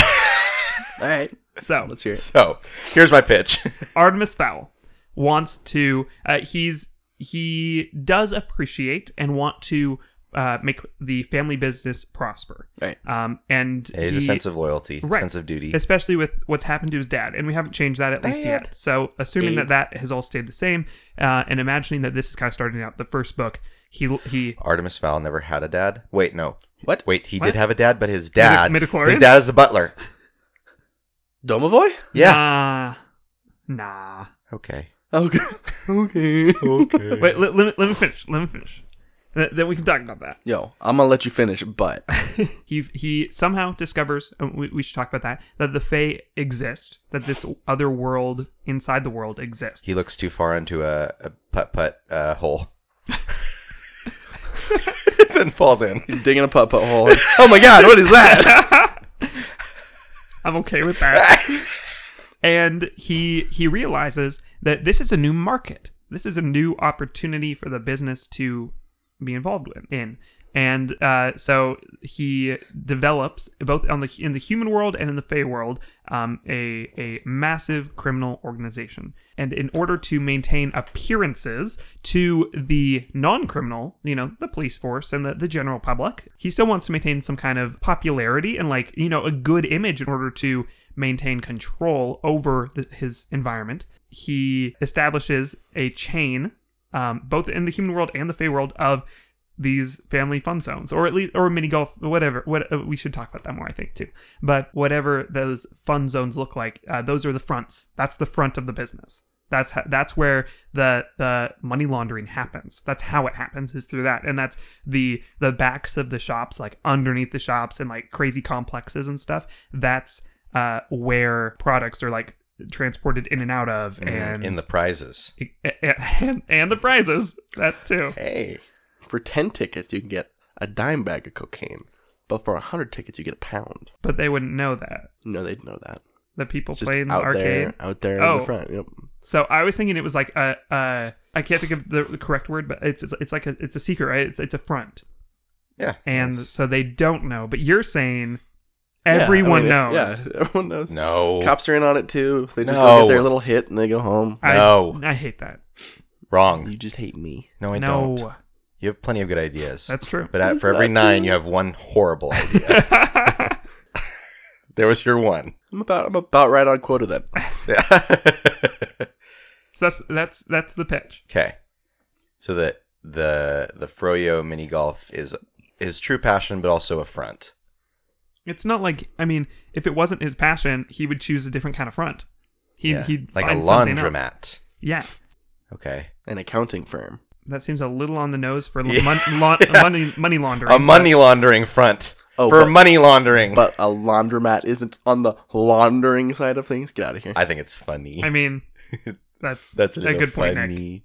[SPEAKER 1] All right,
[SPEAKER 3] So
[SPEAKER 1] let's hear it.
[SPEAKER 2] So here's my pitch.
[SPEAKER 3] Artemis Fowl wants to. Uh, he's he does appreciate and want to uh, make the family business prosper.
[SPEAKER 1] Right.
[SPEAKER 3] Um, and
[SPEAKER 2] It is a
[SPEAKER 3] he-
[SPEAKER 2] sense of loyalty,
[SPEAKER 3] Right.
[SPEAKER 2] sense of duty.
[SPEAKER 3] especially with what's happened to his dad, and we haven't changed that at least
[SPEAKER 2] Dad.
[SPEAKER 3] yet. So assuming that that has all stayed the same, uh, and imagining that this is kind of starting out the first book, he he
[SPEAKER 2] Artemis Fowl never had a dad. Wait, no.
[SPEAKER 1] What?
[SPEAKER 2] Wait, he
[SPEAKER 3] What?
[SPEAKER 2] did have a dad, but his dad,
[SPEAKER 3] midichlorian?
[SPEAKER 2] his dad is the butler.
[SPEAKER 1] Domovoy?
[SPEAKER 2] Yeah.
[SPEAKER 3] Uh, nah nah.
[SPEAKER 2] Okay.
[SPEAKER 1] Okay. okay.
[SPEAKER 2] Okay.
[SPEAKER 3] Wait, let, let, me- let me finish. Let me finish. Th- Then we can talk about that.
[SPEAKER 1] Yo, I'm gonna let you finish, but
[SPEAKER 3] he he somehow discovers and we, we should talk about that that the fae exist that this other world inside the world exists
[SPEAKER 2] he looks too far into a, a putt putt uh, hole. then falls in.
[SPEAKER 1] he's digging a putt putt hole. Oh my god, what is that?
[SPEAKER 3] i'm okay with that and he he realizes that this is a new market this is a new opportunity for the business to be involved with in and uh, so he develops both on the in the human world and in the Fey world um, a a massive criminal organization. And in order to maintain appearances to the non-criminal, you know, the police force and the, the general public, he still wants to maintain some kind of popularity and like you know a good image in order to maintain control over the, his environment. He establishes a chain um, both in the human world and the Fey world of these family fun zones, or at least, or mini golf, whatever. What uh, we should talk about that more, I think, too. But whatever those fun zones look like, uh, those are the fronts. That's the front of the business. That's ho- that's where the the money laundering happens. That's how it happens is through that, and that's the the backs of the shops, like underneath the shops and like crazy complexes and stuff. That's uh, where products are like transported in and out of, and
[SPEAKER 2] Mm-hmm. in the prizes.
[SPEAKER 3] and, and the prizes that too
[SPEAKER 1] Hey, for ten tickets you can get a dime bag of cocaine, but for hundred tickets you get a pound.
[SPEAKER 3] but they wouldn't know that
[SPEAKER 1] No, they'd know that.
[SPEAKER 3] the people
[SPEAKER 1] It's just
[SPEAKER 3] play in the
[SPEAKER 1] out
[SPEAKER 3] arcade
[SPEAKER 1] there, out there in
[SPEAKER 3] Oh.
[SPEAKER 1] the front. Yep.
[SPEAKER 3] so i was thinking it was like a, a i can't think of the, the correct word but it's it's, it's like a, it's a secret right it's, it's a front
[SPEAKER 2] Yeah.
[SPEAKER 3] and
[SPEAKER 2] Yes.
[SPEAKER 3] so they don't know but you're saying
[SPEAKER 1] Yeah, I
[SPEAKER 3] everyone
[SPEAKER 1] mean, if-
[SPEAKER 3] knows
[SPEAKER 1] Yeah, everyone knows.
[SPEAKER 2] no.
[SPEAKER 1] Cops are in on it too. They just go
[SPEAKER 2] No.
[SPEAKER 1] get their little hit and they go home.
[SPEAKER 3] I,
[SPEAKER 2] No.
[SPEAKER 3] I hate that
[SPEAKER 2] Wrong.
[SPEAKER 1] You just hate me.
[SPEAKER 2] No, I
[SPEAKER 3] no
[SPEAKER 2] don't. You have plenty of good ideas.
[SPEAKER 3] that's true
[SPEAKER 2] but at, for every
[SPEAKER 1] That's not
[SPEAKER 2] nine,
[SPEAKER 1] true.
[SPEAKER 2] you have one horrible idea. there was your one.
[SPEAKER 1] I'm about I'm about right on quota then.
[SPEAKER 3] so that's that's that's the pitch
[SPEAKER 2] Okay. So that the the Froyo mini golf is his true passion, but also a front.
[SPEAKER 3] It's not like I mean, if it wasn't his passion, he would choose a different kind of front. He
[SPEAKER 2] Yeah.
[SPEAKER 3] he'd
[SPEAKER 2] like a
[SPEAKER 3] find something else.
[SPEAKER 2] laundromat.
[SPEAKER 3] Yeah,
[SPEAKER 2] Okay.
[SPEAKER 1] An accounting firm.
[SPEAKER 3] that seems a little on the nose for
[SPEAKER 2] Yeah.
[SPEAKER 3] mon- laun- money money laundering.
[SPEAKER 2] A money laundering front.
[SPEAKER 1] Oh,
[SPEAKER 2] for
[SPEAKER 1] but-
[SPEAKER 2] money laundering.
[SPEAKER 1] But a laundromat isn't on the laundering side of things. Get out of here.
[SPEAKER 2] I think it's funny.
[SPEAKER 3] I mean, that's
[SPEAKER 2] That's
[SPEAKER 3] a
[SPEAKER 2] little
[SPEAKER 3] good point, Nick.
[SPEAKER 2] funny.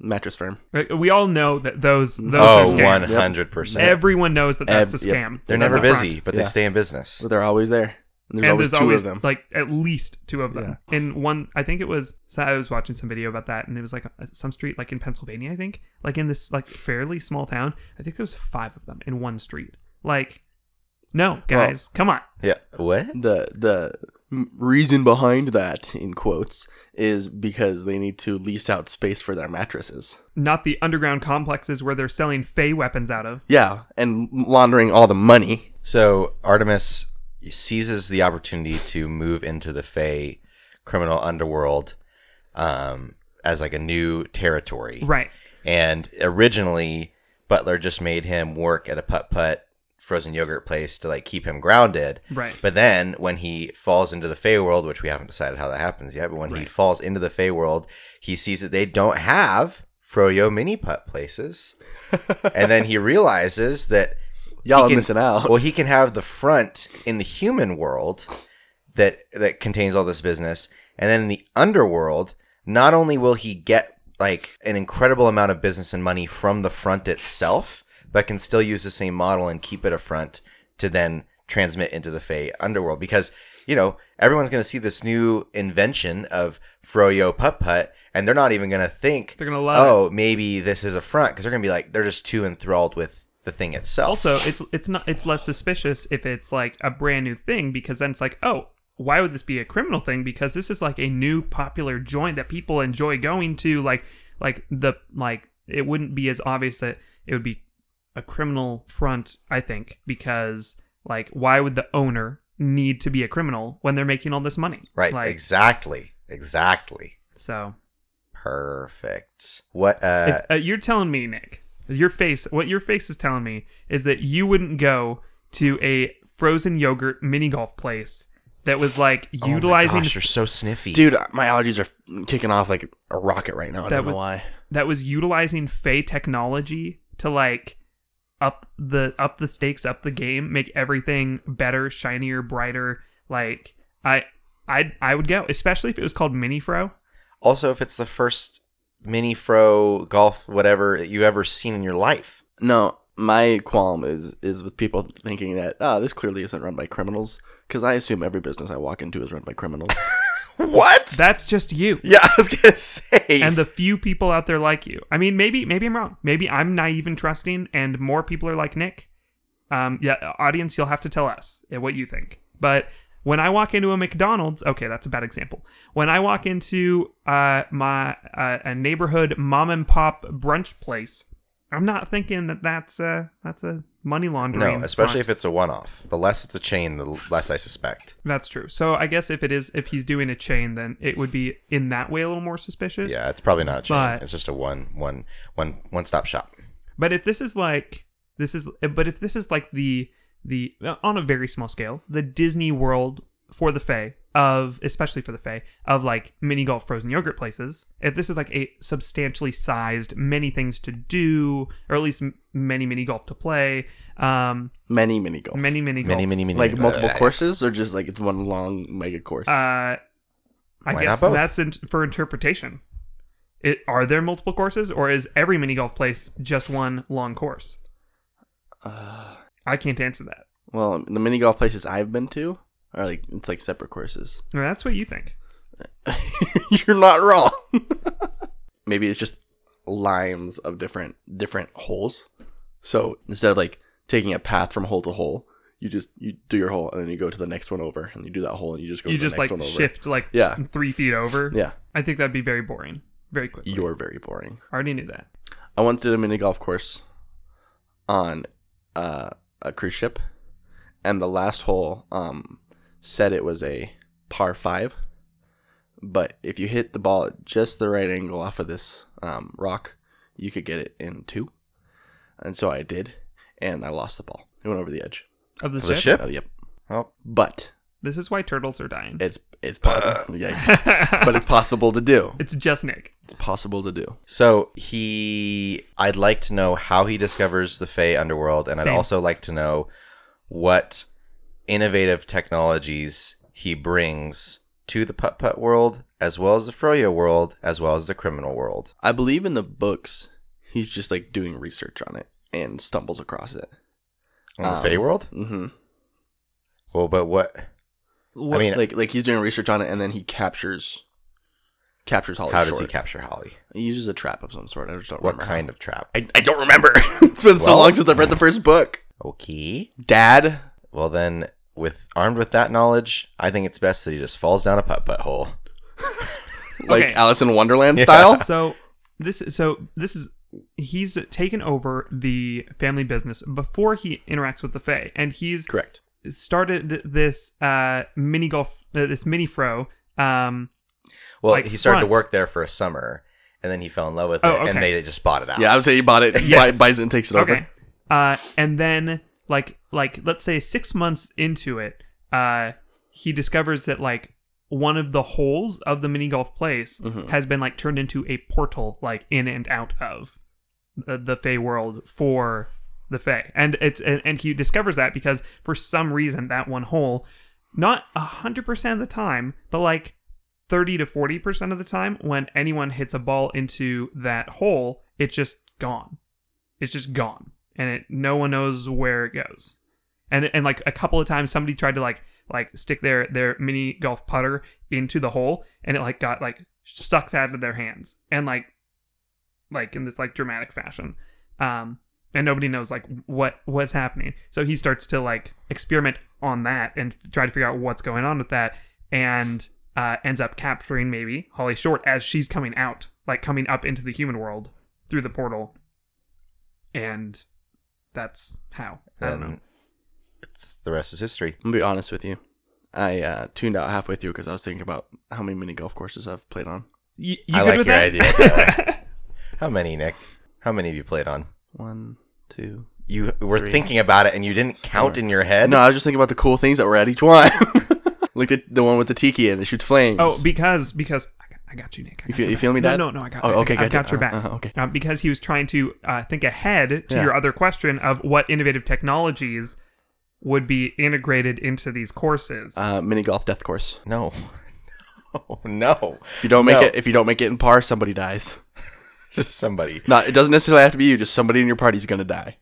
[SPEAKER 1] Mattress firm.
[SPEAKER 3] Right, We all know that those those are
[SPEAKER 2] Oh,
[SPEAKER 3] scams.
[SPEAKER 2] one hundred percent.
[SPEAKER 3] Everyone knows that that's a
[SPEAKER 1] Ev- yep.
[SPEAKER 3] scam.
[SPEAKER 2] They're
[SPEAKER 3] That's
[SPEAKER 2] never
[SPEAKER 3] a front.
[SPEAKER 2] busy, but they
[SPEAKER 1] Yeah.
[SPEAKER 2] stay in business.
[SPEAKER 1] They're always there. And there's
[SPEAKER 3] and
[SPEAKER 1] always
[SPEAKER 3] there's
[SPEAKER 1] two
[SPEAKER 3] always
[SPEAKER 1] of them.
[SPEAKER 3] like at least two of them. And one, I think it was. So I was watching some video about that, and it was like uh, some street, like in Pennsylvania, I think, like in this like fairly small town. I think there was five of them in one street. Like, no, guys, come on.
[SPEAKER 2] Yeah. What?
[SPEAKER 1] the the m- reason behind that in quotes is because they need to lease out space for their mattresses.
[SPEAKER 3] Not the underground complexes where they're selling Fey weapons out of.
[SPEAKER 1] Yeah, and laundering all the money.
[SPEAKER 2] So Artemis seizes the opportunity to move into the Fey criminal underworld um, as like a new territory.
[SPEAKER 3] Right.
[SPEAKER 2] And originally, Butler just made him work at a putt putt frozen yogurt place to like keep him grounded.
[SPEAKER 3] Right.
[SPEAKER 2] But then when he falls into the Fey world, which we haven't decided how that happens yet, but when he falls into the Fey world, he sees that they don't have Froyo mini putt places, and then he realizes that
[SPEAKER 1] Y'all
[SPEAKER 2] he
[SPEAKER 1] are
[SPEAKER 2] can-
[SPEAKER 1] missing out.
[SPEAKER 2] Well, he can have the front in the human world that that contains all this business, and then in the underworld, not only will he get like an incredible amount of business and money from the front itself, but can still use the same model and keep it a front to then transmit into the Fey underworld because you know everyone's going to see this new invention of Froyo Putt Putt, and they're not even going to think
[SPEAKER 3] They're gonna love it.
[SPEAKER 2] oh maybe this is a front because they're going to be like they're just too enthralled with the thing itself.
[SPEAKER 3] also it's it's not it's less suspicious if it's like a brand new thing because then it's like oh why would this be a criminal thing because this is like a new popular joint that people enjoy going to like like the like it wouldn't be as obvious that it would be a criminal front i think because like why would the owner need to be a criminal when they're making all this money
[SPEAKER 2] Right.
[SPEAKER 3] like
[SPEAKER 2] exactly. Exactly.
[SPEAKER 3] so
[SPEAKER 2] Perfect. What? Uh,
[SPEAKER 3] if, uh, you're telling me, Nick, your face, what your face is telling me is that you wouldn't go to a frozen yogurt mini golf place that was like
[SPEAKER 2] oh my
[SPEAKER 3] utilizing
[SPEAKER 2] gosh, you're so sniffy,
[SPEAKER 1] Dude, my allergies are kicking off like a rocket right now. I
[SPEAKER 3] That
[SPEAKER 1] don't know
[SPEAKER 3] would-
[SPEAKER 1] why.
[SPEAKER 3] that was utilizing fey technology to like up the up the stakes, up the game, make everything better, shinier, brighter. Like I. I I would go, especially if it was called Mini Fro.
[SPEAKER 2] Also, if it's the first mini fro golf whatever that you've ever seen in your life,
[SPEAKER 1] No, my qualm is is with people thinking that oh, this clearly isn't run by criminals because I assume every business I walk into is run by criminals.
[SPEAKER 2] what?
[SPEAKER 3] That's just you.
[SPEAKER 2] yeah, I was gonna say.
[SPEAKER 3] and the few people out there like you. I mean, maybe maybe I'm wrong. Maybe I'm naive and trusting, and more people are like Nick. Um, yeah, audience, you'll have to tell us uh, what you think. But when I walk into a McDonald's, okay, that's a bad example. When I walk into uh, my uh, a neighborhood mom and pop brunch place, I'm not thinking that that's a that's a money laundering.
[SPEAKER 2] no, especially
[SPEAKER 3] front.
[SPEAKER 2] if it's a one-off. The less it's a chain, the less I suspect.
[SPEAKER 3] that's true. So I guess if it is if he's doing a chain, then it would be in that way a little more suspicious.
[SPEAKER 2] Yeah, it's probably not a chain.
[SPEAKER 3] But-
[SPEAKER 2] it's just a one, one, one, one-stop shop.
[SPEAKER 3] But if this is like this is, but if this is like the the on a very small scale, the Disney World for the Fae of especially for the Fae of like mini golf frozen yogurt places. If this is like a substantially sized, many things to do, or at least m- many mini golf to play, um,
[SPEAKER 1] many mini golf,
[SPEAKER 3] many mini golf,
[SPEAKER 2] Many, many, many.
[SPEAKER 1] like multiple
[SPEAKER 2] Uh,
[SPEAKER 1] courses, or just like it's one long mega course.
[SPEAKER 3] Uh, I
[SPEAKER 2] Why
[SPEAKER 3] guess
[SPEAKER 2] not both?
[SPEAKER 3] that's in, for interpretation. It, are there multiple courses, or is every mini golf place just one long course?
[SPEAKER 1] Uh,
[SPEAKER 3] I can't answer that.
[SPEAKER 1] well, the mini golf places I've been to are like it's like separate courses.
[SPEAKER 3] No, that's what you think.
[SPEAKER 1] You're not wrong. Maybe it's just lines of different different holes. So instead of like taking a path from hole to hole, you just you do your hole and then you go to the next one over and you do that hole and you just go
[SPEAKER 3] you
[SPEAKER 1] to the
[SPEAKER 3] just
[SPEAKER 1] next
[SPEAKER 3] like
[SPEAKER 1] one over.
[SPEAKER 3] shift like
[SPEAKER 1] Yeah.
[SPEAKER 3] s- three feet over.
[SPEAKER 1] Yeah.
[SPEAKER 3] I think that'd be very boring. Very quickly.
[SPEAKER 1] You're very boring.
[SPEAKER 3] I already knew that.
[SPEAKER 1] I once did a mini golf course on uh, a cruise ship, and the last hole um, said it was a par five. But if you hit the ball at just the right angle off of this um, rock, you could get it in two. And so I did, and I lost the ball. It went over the edge.
[SPEAKER 3] Of the,
[SPEAKER 2] Of the ship?
[SPEAKER 3] ship,
[SPEAKER 1] Oh, yep.
[SPEAKER 2] Oh,
[SPEAKER 1] But
[SPEAKER 3] This is why turtles are dying.
[SPEAKER 1] it's it's possible. Yikes. But it's possible to do.
[SPEAKER 3] it's just Nick.
[SPEAKER 1] It's possible to do.
[SPEAKER 2] So he, I'd like to know how he discovers the Fey underworld, and I'd
[SPEAKER 3] Same.
[SPEAKER 2] also like to know what innovative technologies he brings to the putt putt world, as well as the Froyo world, as well as the criminal world.
[SPEAKER 1] I believe in the books, he's just like doing research on it and stumbles across it.
[SPEAKER 2] On the
[SPEAKER 1] Um,
[SPEAKER 2] Fey world?
[SPEAKER 1] Mm-hmm.
[SPEAKER 2] Well, but what? I mean,
[SPEAKER 1] like like he's doing research on it, and then he captures captures Holly.
[SPEAKER 2] how
[SPEAKER 1] Short.
[SPEAKER 2] does he capture Holly?
[SPEAKER 1] He uses a trap of some sort. I just don't
[SPEAKER 2] What
[SPEAKER 1] remember.
[SPEAKER 2] kind of trap?
[SPEAKER 1] I, I don't remember. it's been so
[SPEAKER 2] Well-
[SPEAKER 1] long since I've read the first book.
[SPEAKER 2] Okay.
[SPEAKER 1] Dad,
[SPEAKER 2] Well, then, with armed with that knowledge, I think it's best that he just falls down a putt putt hole.
[SPEAKER 1] like
[SPEAKER 3] Okay.
[SPEAKER 1] Alice in Wonderland style.
[SPEAKER 3] So this so this is he's taken over the family business before he interacts with the Fae. And he's
[SPEAKER 1] Correct.
[SPEAKER 3] started this uh mini golf uh, this mini fro um
[SPEAKER 2] Well,
[SPEAKER 3] Like
[SPEAKER 2] he started to
[SPEAKER 3] front.
[SPEAKER 2] work there for a summer, and then he fell in love with
[SPEAKER 3] Oh,
[SPEAKER 2] it, and
[SPEAKER 3] okay.
[SPEAKER 2] they just bought it out.
[SPEAKER 1] Yeah, I would say he bought it.
[SPEAKER 3] Yes.
[SPEAKER 1] buy- buys it and takes it over.
[SPEAKER 3] Okay. Uh, and then like like let's say six months into it, uh, he discovers that like one of the holes of the mini golf place has been like turned into a portal, like in and out of the, the Fey world for the Fey, and it's and, and he discovers that because for some reason that one hole, not hundred percent of the time, but like 30 to 40% of the time when anyone hits a ball into that hole, it's just gone. It's just gone. And it no one knows where it goes. And and like a couple of times somebody tried to like like stick their their mini golf putter into the hole and it like got like stuck out of their hands and like like in this like dramatic fashion. Um and nobody knows like what what's happening. So he starts to like experiment on that and f- try to figure out what's going on with that and uh, ends up capturing maybe Holly Short as she's coming out, like coming up into the human world through the portal. And that's how. I don't know.
[SPEAKER 2] And It's the rest is history.
[SPEAKER 1] I'm gonna be honest with you. I uh, tuned out halfway through because I was thinking about how many mini golf courses I've played on.
[SPEAKER 3] You, you
[SPEAKER 2] I
[SPEAKER 3] good
[SPEAKER 2] like
[SPEAKER 3] with
[SPEAKER 2] your
[SPEAKER 3] that?
[SPEAKER 2] idea. Tyler. How many, Nick? How many have you played on?
[SPEAKER 1] One, two.
[SPEAKER 2] You were thinking about it and you didn't count in your head.
[SPEAKER 1] No, I was just thinking about the cool things that were at each one. Look at the one with the tiki and it shoots flames.
[SPEAKER 3] Oh, because because I got, I got you, Nick. I
[SPEAKER 1] You
[SPEAKER 3] got
[SPEAKER 1] feel-
[SPEAKER 3] your
[SPEAKER 1] you
[SPEAKER 3] back.
[SPEAKER 1] feel me,
[SPEAKER 3] No,
[SPEAKER 1] Dad?
[SPEAKER 3] No, no, I got.
[SPEAKER 1] Oh,
[SPEAKER 3] I got-
[SPEAKER 1] okay,
[SPEAKER 3] I
[SPEAKER 1] good.
[SPEAKER 3] got your
[SPEAKER 1] Uh,
[SPEAKER 3] back.
[SPEAKER 1] uh, okay.
[SPEAKER 3] Uh, because he was trying to uh, think ahead to
[SPEAKER 1] Yeah.
[SPEAKER 3] your other question of what innovative technologies would be integrated into these courses.
[SPEAKER 1] Uh, mini golf death course.
[SPEAKER 2] No. No. no.
[SPEAKER 1] If you don't make
[SPEAKER 2] No.
[SPEAKER 1] it, if you don't make it in par, somebody dies.
[SPEAKER 2] Just somebody.
[SPEAKER 1] Not, it doesn't necessarily have to be you. Just somebody in your party's gonna die.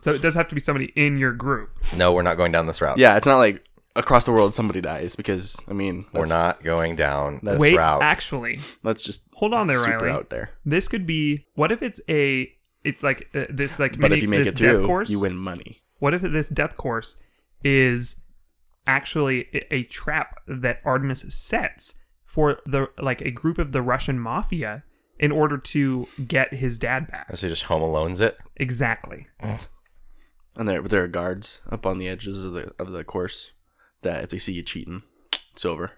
[SPEAKER 3] so it does have to be somebody in your group.
[SPEAKER 2] No, we're not going down this route.
[SPEAKER 1] Yeah, it's not like across the world somebody dies because I mean,
[SPEAKER 2] We're
[SPEAKER 1] that's,
[SPEAKER 2] not going down this
[SPEAKER 3] Wait,
[SPEAKER 2] route.
[SPEAKER 3] actually,
[SPEAKER 1] That's just
[SPEAKER 3] hold on there,
[SPEAKER 1] super
[SPEAKER 3] Riley.
[SPEAKER 1] out there.
[SPEAKER 3] This could be. What if it's a? It's like uh, this, like
[SPEAKER 1] But
[SPEAKER 3] mini,
[SPEAKER 1] if you make
[SPEAKER 3] this
[SPEAKER 1] it
[SPEAKER 3] death
[SPEAKER 1] through,
[SPEAKER 3] course.
[SPEAKER 1] you win money.
[SPEAKER 3] What if this death course is actually a- a trap that Artemis sets for the like a group of the Russian mafia in order to get his dad back?
[SPEAKER 2] so just home alones it.
[SPEAKER 3] Exactly.
[SPEAKER 1] And there, but there are guards up on the edges of the of the course that if they see you cheating, it's over.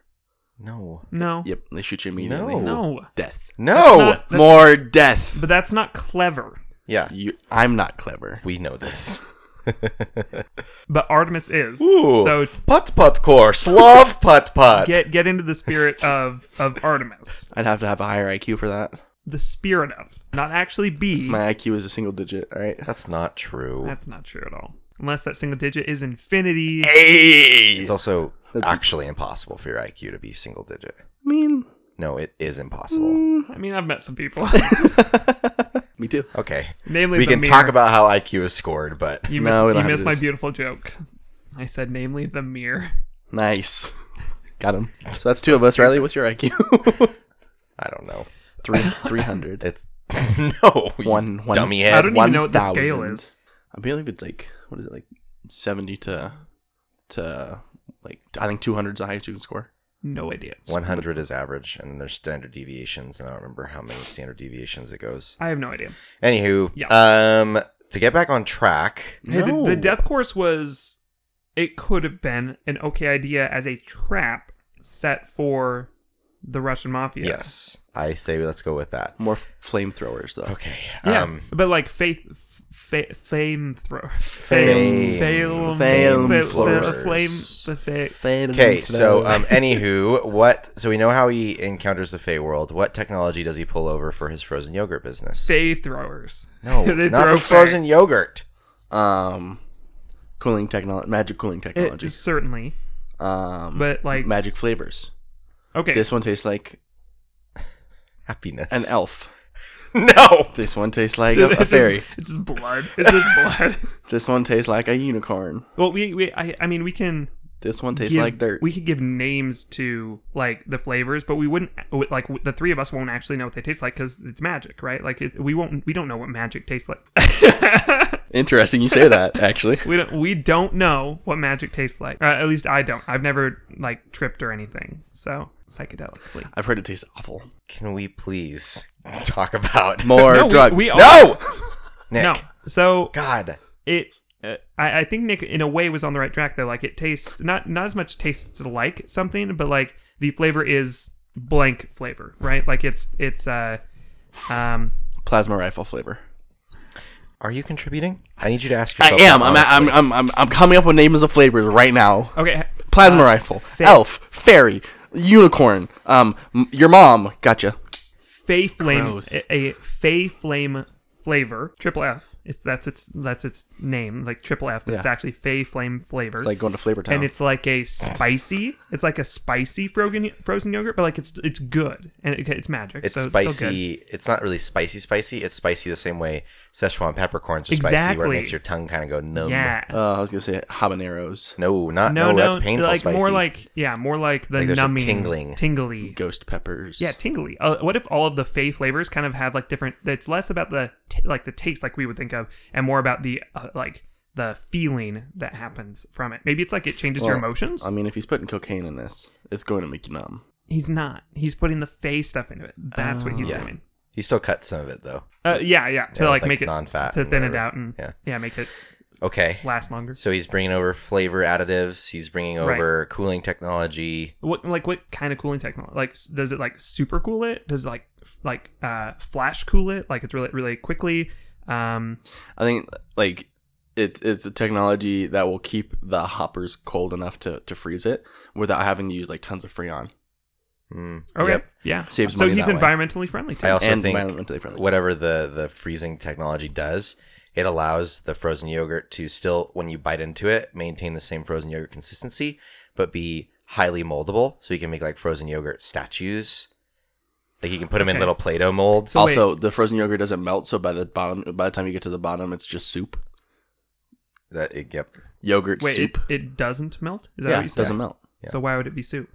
[SPEAKER 2] No.
[SPEAKER 3] No.
[SPEAKER 1] Yep, they shoot you immediately.
[SPEAKER 2] No.
[SPEAKER 3] No.
[SPEAKER 1] Death. Oh,
[SPEAKER 2] No.
[SPEAKER 3] not- That's-
[SPEAKER 1] More death.
[SPEAKER 3] But that's not clever.
[SPEAKER 2] yeah.
[SPEAKER 1] You, I'm not clever.
[SPEAKER 2] We know this.
[SPEAKER 3] But Artemis is.
[SPEAKER 2] Ooh.
[SPEAKER 3] So
[SPEAKER 2] putt putt course. Love putt putt.
[SPEAKER 3] get get into the spirit of of Artemis.
[SPEAKER 1] I'd have to have a higher IQ for that.
[SPEAKER 3] The spirit of, not actually be.
[SPEAKER 1] My IQ is a single digit. All right.
[SPEAKER 2] That's not true.
[SPEAKER 3] That's not true at all. Unless that single digit is infinity.
[SPEAKER 2] It's also actually impossible for your IQ to be single digit.
[SPEAKER 1] I mean,
[SPEAKER 2] No, it is impossible.
[SPEAKER 3] I mean, I've met some people.
[SPEAKER 1] me too.
[SPEAKER 2] Okay.
[SPEAKER 3] Namely
[SPEAKER 2] we
[SPEAKER 3] the
[SPEAKER 2] can
[SPEAKER 3] mirror.
[SPEAKER 2] talk about how IQ is scored, but
[SPEAKER 3] You
[SPEAKER 1] No, we don't
[SPEAKER 3] missed, you
[SPEAKER 1] have to
[SPEAKER 3] missed
[SPEAKER 1] do
[SPEAKER 3] my
[SPEAKER 1] this.
[SPEAKER 3] beautiful joke. I said, namely, the mirror.
[SPEAKER 1] Nice. Got him. So that's two of us. Riley, what's your IQ?
[SPEAKER 2] I don't know.
[SPEAKER 1] Three, three hundred.
[SPEAKER 2] It's no you
[SPEAKER 1] One- one-
[SPEAKER 2] dummy
[SPEAKER 3] I
[SPEAKER 2] head.
[SPEAKER 3] don't even know what the scale is.
[SPEAKER 1] I believe it's like what is it like seventy to to like I think two hundred's the highest you can score.
[SPEAKER 3] No idea.
[SPEAKER 2] One hundred is average, and there's standard deviations, and I don't remember how many standard deviations it goes.
[SPEAKER 3] I have no idea.
[SPEAKER 2] Anywho,
[SPEAKER 3] Yeah.
[SPEAKER 2] um, to get back on track,
[SPEAKER 3] Hey, the,
[SPEAKER 1] No.
[SPEAKER 3] the death course was. It could have been an okay idea as a trap set for the Russian mafia.
[SPEAKER 2] yes, I say let's go with that.
[SPEAKER 1] More f- flamethrowers though.
[SPEAKER 2] Okay.
[SPEAKER 3] Yeah.
[SPEAKER 2] Um,
[SPEAKER 3] but like faith. Fa- fame thrower.
[SPEAKER 2] Fame-
[SPEAKER 3] Fame.
[SPEAKER 1] fame
[SPEAKER 3] fa- fa-
[SPEAKER 1] throwers.
[SPEAKER 3] Flame. The fa-
[SPEAKER 2] okay. So, um, anywho, what? So we know how he encounters the Fey world. What technology does he pull over for his frozen yogurt business?
[SPEAKER 3] Fae throwers.
[SPEAKER 2] No,
[SPEAKER 3] They
[SPEAKER 2] not
[SPEAKER 3] throw
[SPEAKER 2] for frozen yogurt.
[SPEAKER 1] um, cooling technology, magic cooling
[SPEAKER 3] fae. It-
[SPEAKER 1] technology,
[SPEAKER 3] certainly.
[SPEAKER 1] um,
[SPEAKER 3] But like.
[SPEAKER 1] magic flavors.
[SPEAKER 3] okay.
[SPEAKER 1] This one tastes like
[SPEAKER 2] Happiness.
[SPEAKER 1] an elf.
[SPEAKER 2] No.
[SPEAKER 1] This one tastes like
[SPEAKER 3] Dude,
[SPEAKER 1] a, a
[SPEAKER 3] it's just-
[SPEAKER 1] fairy.
[SPEAKER 3] It's just blood. It's just blood.
[SPEAKER 1] This one tastes like a unicorn.
[SPEAKER 3] Well, we, we I, I mean, we can
[SPEAKER 1] This one tastes
[SPEAKER 3] give,
[SPEAKER 1] like dirt.
[SPEAKER 3] we could give names to like the flavors, but we wouldn't with, like the three of us won't actually know what they taste like because it's magic, right? Like it, we won't we don't know what magic tastes like.
[SPEAKER 1] Interesting, you say that actually.
[SPEAKER 3] we don't we don't know what magic tastes like. Uh, at least I don't. I've never like tripped or anything. So psychedelically.
[SPEAKER 1] I've heard it tastes awful.
[SPEAKER 2] Can we please talk about
[SPEAKER 1] More
[SPEAKER 3] No, we-
[SPEAKER 1] drugs.
[SPEAKER 3] we all-
[SPEAKER 2] No, Nick.
[SPEAKER 3] No. So
[SPEAKER 2] God.
[SPEAKER 3] it uh, I, I think Nick in a way was on the right track though. Like it tastes not not as much tastes like something, but like the flavor is blank flavor, right? Like it's it's uh um
[SPEAKER 1] Plasma rifle flavor.
[SPEAKER 2] Are you contributing? I need you to ask
[SPEAKER 1] I
[SPEAKER 2] yourself.
[SPEAKER 1] am.
[SPEAKER 2] that
[SPEAKER 1] I'm,
[SPEAKER 2] honestly.
[SPEAKER 1] I'm, I'm, I'm, I'm coming up with names of flavors right now.
[SPEAKER 3] Okay.
[SPEAKER 1] Plasma rifle, elf, fairy, unicorn. Um, m- your mom. Gotcha.
[SPEAKER 3] Fey flame
[SPEAKER 4] Gross.
[SPEAKER 3] a, a fey flame flavor. Triple F. It's that's its that's its name, like triple F, but it's
[SPEAKER 1] Yeah.
[SPEAKER 3] actually fey flame flavor.
[SPEAKER 1] It's like going to Flavor Town.
[SPEAKER 3] and it's like a spicy. It's like a spicy frozen frozen yogurt, but like it's it's good and it, it's magic.
[SPEAKER 2] It's
[SPEAKER 3] so It's still good.
[SPEAKER 2] spicy. It's, not really spicy, spicy. It's spicy the same way Szechuan peppercorns are spicy, where it
[SPEAKER 3] Exactly.
[SPEAKER 2] makes your tongue kind of go numb.
[SPEAKER 3] Yeah.
[SPEAKER 1] uh, I was gonna say habaneros,
[SPEAKER 2] No, not
[SPEAKER 3] no,
[SPEAKER 2] Uh, no.
[SPEAKER 3] no,
[SPEAKER 2] that's painful.
[SPEAKER 3] like
[SPEAKER 2] spicy.
[SPEAKER 3] more like yeah, more like the
[SPEAKER 2] Like there's a
[SPEAKER 3] numbing,
[SPEAKER 2] tingling.
[SPEAKER 3] tingly.
[SPEAKER 1] ghost peppers.
[SPEAKER 3] Yeah, tingly. Uh, what if all of the fey flavors kind of have like different? It's less about the t- like the taste like we would think of, and more about the uh, like the feeling that happens from it. Maybe it's like it changes your
[SPEAKER 1] Well,
[SPEAKER 3] emotions.
[SPEAKER 1] I mean, if he's putting cocaine in this, it's going to make you numb.
[SPEAKER 3] he's not. He's putting the fey stuff into it. That's what he's doing.
[SPEAKER 2] You still cut some of it though.
[SPEAKER 3] Uh, yeah, yeah, to
[SPEAKER 2] Yeah,
[SPEAKER 3] like,
[SPEAKER 2] like
[SPEAKER 3] make it
[SPEAKER 2] non-fat
[SPEAKER 3] to
[SPEAKER 2] and
[SPEAKER 3] thin it
[SPEAKER 2] whatever.
[SPEAKER 3] out and yeah.
[SPEAKER 2] Yeah.
[SPEAKER 3] make it
[SPEAKER 2] Okay.
[SPEAKER 3] last longer.
[SPEAKER 2] So he's bringing over flavor additives. He's bringing
[SPEAKER 3] Right.
[SPEAKER 2] over cooling technology.
[SPEAKER 3] What like what kind of cooling technology? Like, s- does it like super cool it? Does it like f- like uh flash cool it? Like it's really really quickly. Um,
[SPEAKER 1] I think like it, it's a technology that will keep the hoppers cold enough to, to freeze it without having to use like tons of freon.
[SPEAKER 2] Mm,
[SPEAKER 3] okay,
[SPEAKER 2] yep.
[SPEAKER 3] yeah.
[SPEAKER 1] Saves
[SPEAKER 3] so
[SPEAKER 1] money
[SPEAKER 3] he's
[SPEAKER 1] that way.
[SPEAKER 3] environmentally friendly too.
[SPEAKER 2] I also
[SPEAKER 1] And
[SPEAKER 2] think
[SPEAKER 1] environmentally friendly.
[SPEAKER 2] whatever the the freezing technology does, it allows the frozen yogurt to still, when you bite into it, maintain the same frozen yogurt consistency, but be highly moldable. So you can make like frozen yogurt statues. Like you can put them
[SPEAKER 3] Okay.
[SPEAKER 2] in little Play-Doh molds.
[SPEAKER 3] So- wait.
[SPEAKER 1] also, the frozen yogurt doesn't melt, so by the bottom, by the time you get to the bottom, it's just soup,
[SPEAKER 2] that it, yep.
[SPEAKER 1] yogurt
[SPEAKER 3] Wait, it,
[SPEAKER 1] soup.
[SPEAKER 3] it doesn't melt? Is that
[SPEAKER 1] yeah,
[SPEAKER 3] what you
[SPEAKER 1] it
[SPEAKER 3] said?
[SPEAKER 1] doesn't melt.
[SPEAKER 2] yeah.
[SPEAKER 3] So why would it be soup?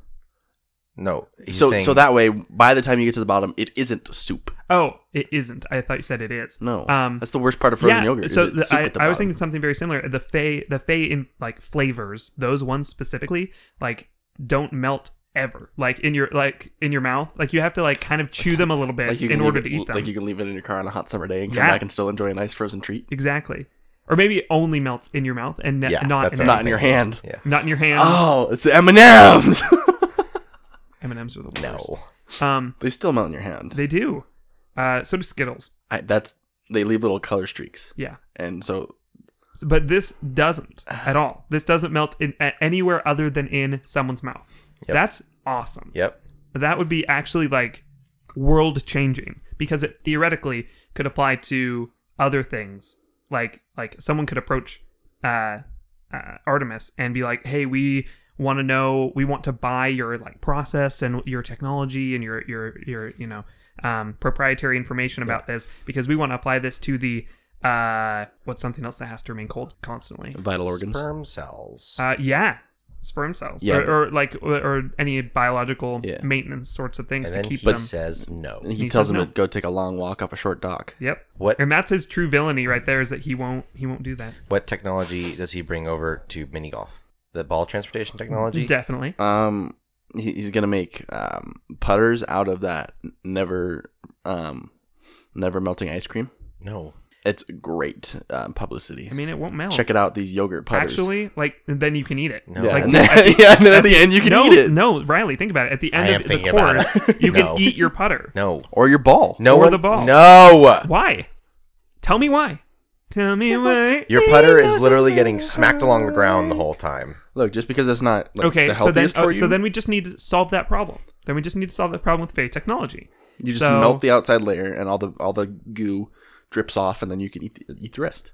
[SPEAKER 2] No. he's
[SPEAKER 1] so
[SPEAKER 2] saying-
[SPEAKER 1] so that way, by the time you get to the bottom, it isn't soup.
[SPEAKER 3] Oh, it isn't. I thought you said it is.
[SPEAKER 1] No,
[SPEAKER 3] Um,
[SPEAKER 1] that's the worst part of frozen
[SPEAKER 3] yeah,
[SPEAKER 1] yogurt. is
[SPEAKER 3] So
[SPEAKER 1] it's
[SPEAKER 3] the,
[SPEAKER 1] soup
[SPEAKER 3] I,
[SPEAKER 1] at the
[SPEAKER 3] I was
[SPEAKER 1] bottom.
[SPEAKER 3] thinking something very similar. The fey, the fey in like flavors, those ones specifically, like don't melt ever. Like in your like in your mouth, like you have to like kind of chew them a little bit
[SPEAKER 1] like you can
[SPEAKER 3] in
[SPEAKER 1] leave
[SPEAKER 3] order
[SPEAKER 1] it-
[SPEAKER 3] to eat them.
[SPEAKER 1] Like you can leave it in your car on a hot summer day and come
[SPEAKER 3] Yeah.
[SPEAKER 1] back and still enjoy a nice frozen treat.
[SPEAKER 3] exactly, or maybe it only melts in your mouth and ne-
[SPEAKER 2] Yeah,
[SPEAKER 3] not
[SPEAKER 2] that's
[SPEAKER 3] in,
[SPEAKER 2] what
[SPEAKER 1] Not in your hand.
[SPEAKER 2] Yeah.
[SPEAKER 3] not in your hand.
[SPEAKER 1] Oh, it's the M and M's.
[SPEAKER 3] M and M's are the
[SPEAKER 2] No.
[SPEAKER 3] worst. Um,
[SPEAKER 1] They still melt in your hand.
[SPEAKER 3] they do. Uh, so do Skittles.
[SPEAKER 1] I, that's they leave little color streaks,
[SPEAKER 3] Yeah.
[SPEAKER 1] and so
[SPEAKER 3] So- but this doesn't at all. This doesn't melt in a- anywhere other than in someone's mouth.
[SPEAKER 2] Yep.
[SPEAKER 3] That's awesome.
[SPEAKER 2] Yep.
[SPEAKER 3] That would be actually like world changing because it theoretically could apply to other things. Like like someone could approach uh, uh, Artemis and be like, "Hey, we want to know, we want to buy your like process and your technology and your your your you know um, proprietary information about this because we want to apply this to the uh, what's something else that has to remain cold constantly."
[SPEAKER 1] vital organs.
[SPEAKER 2] Sperm cells.
[SPEAKER 3] Uh, yeah, sperm cells,
[SPEAKER 1] Yeah.
[SPEAKER 3] or, or like or, or any biological
[SPEAKER 1] Yeah.
[SPEAKER 3] maintenance sorts of things
[SPEAKER 2] and
[SPEAKER 3] to
[SPEAKER 2] then
[SPEAKER 3] keep
[SPEAKER 2] he
[SPEAKER 3] them.
[SPEAKER 2] says no.
[SPEAKER 1] And he,
[SPEAKER 3] He
[SPEAKER 1] tells
[SPEAKER 3] says
[SPEAKER 1] him
[SPEAKER 3] no.
[SPEAKER 1] to go take a long walk off a short dock.
[SPEAKER 3] Yep.
[SPEAKER 2] What-
[SPEAKER 3] And that's his true villainy right there is that he won't he won't do that.
[SPEAKER 2] What technology does he bring over to mini golf? The ball transportation technology?
[SPEAKER 3] Definitely.
[SPEAKER 1] Um, he, he's gonna make um putters out of that never um never melting ice cream.
[SPEAKER 2] no.
[SPEAKER 1] It's great um, publicity.
[SPEAKER 3] I mean, it won't melt.
[SPEAKER 1] Check it out. These yogurt putters.
[SPEAKER 3] Actually, like then you can eat it.
[SPEAKER 2] No.
[SPEAKER 1] yeah,
[SPEAKER 3] Like,
[SPEAKER 1] and then, yeah, and then at the end you can
[SPEAKER 3] no,
[SPEAKER 1] eat it
[SPEAKER 3] No, Riley, think about it. At the
[SPEAKER 2] I
[SPEAKER 3] end
[SPEAKER 2] am
[SPEAKER 3] of the
[SPEAKER 2] thinking about
[SPEAKER 3] course,
[SPEAKER 2] it.
[SPEAKER 3] you
[SPEAKER 2] No.
[SPEAKER 3] can eat your putter.
[SPEAKER 2] No.
[SPEAKER 1] or your ball.
[SPEAKER 2] No
[SPEAKER 3] Or
[SPEAKER 2] one,
[SPEAKER 3] the ball.
[SPEAKER 2] No.
[SPEAKER 3] Why? Tell me why. Tell me why.
[SPEAKER 2] Your putter is literally getting smacked along the ground the whole time.
[SPEAKER 1] Look, just because that's not like,
[SPEAKER 3] okay,
[SPEAKER 1] the
[SPEAKER 3] so then
[SPEAKER 1] healthiest
[SPEAKER 3] oh,
[SPEAKER 1] for you,
[SPEAKER 3] so then we just need to solve that problem. Then we just need to solve that problem with fey technology.
[SPEAKER 1] you just
[SPEAKER 3] so-
[SPEAKER 1] melt the outside layer and all the all the goo drips off, and then you can eat the, eat the rest.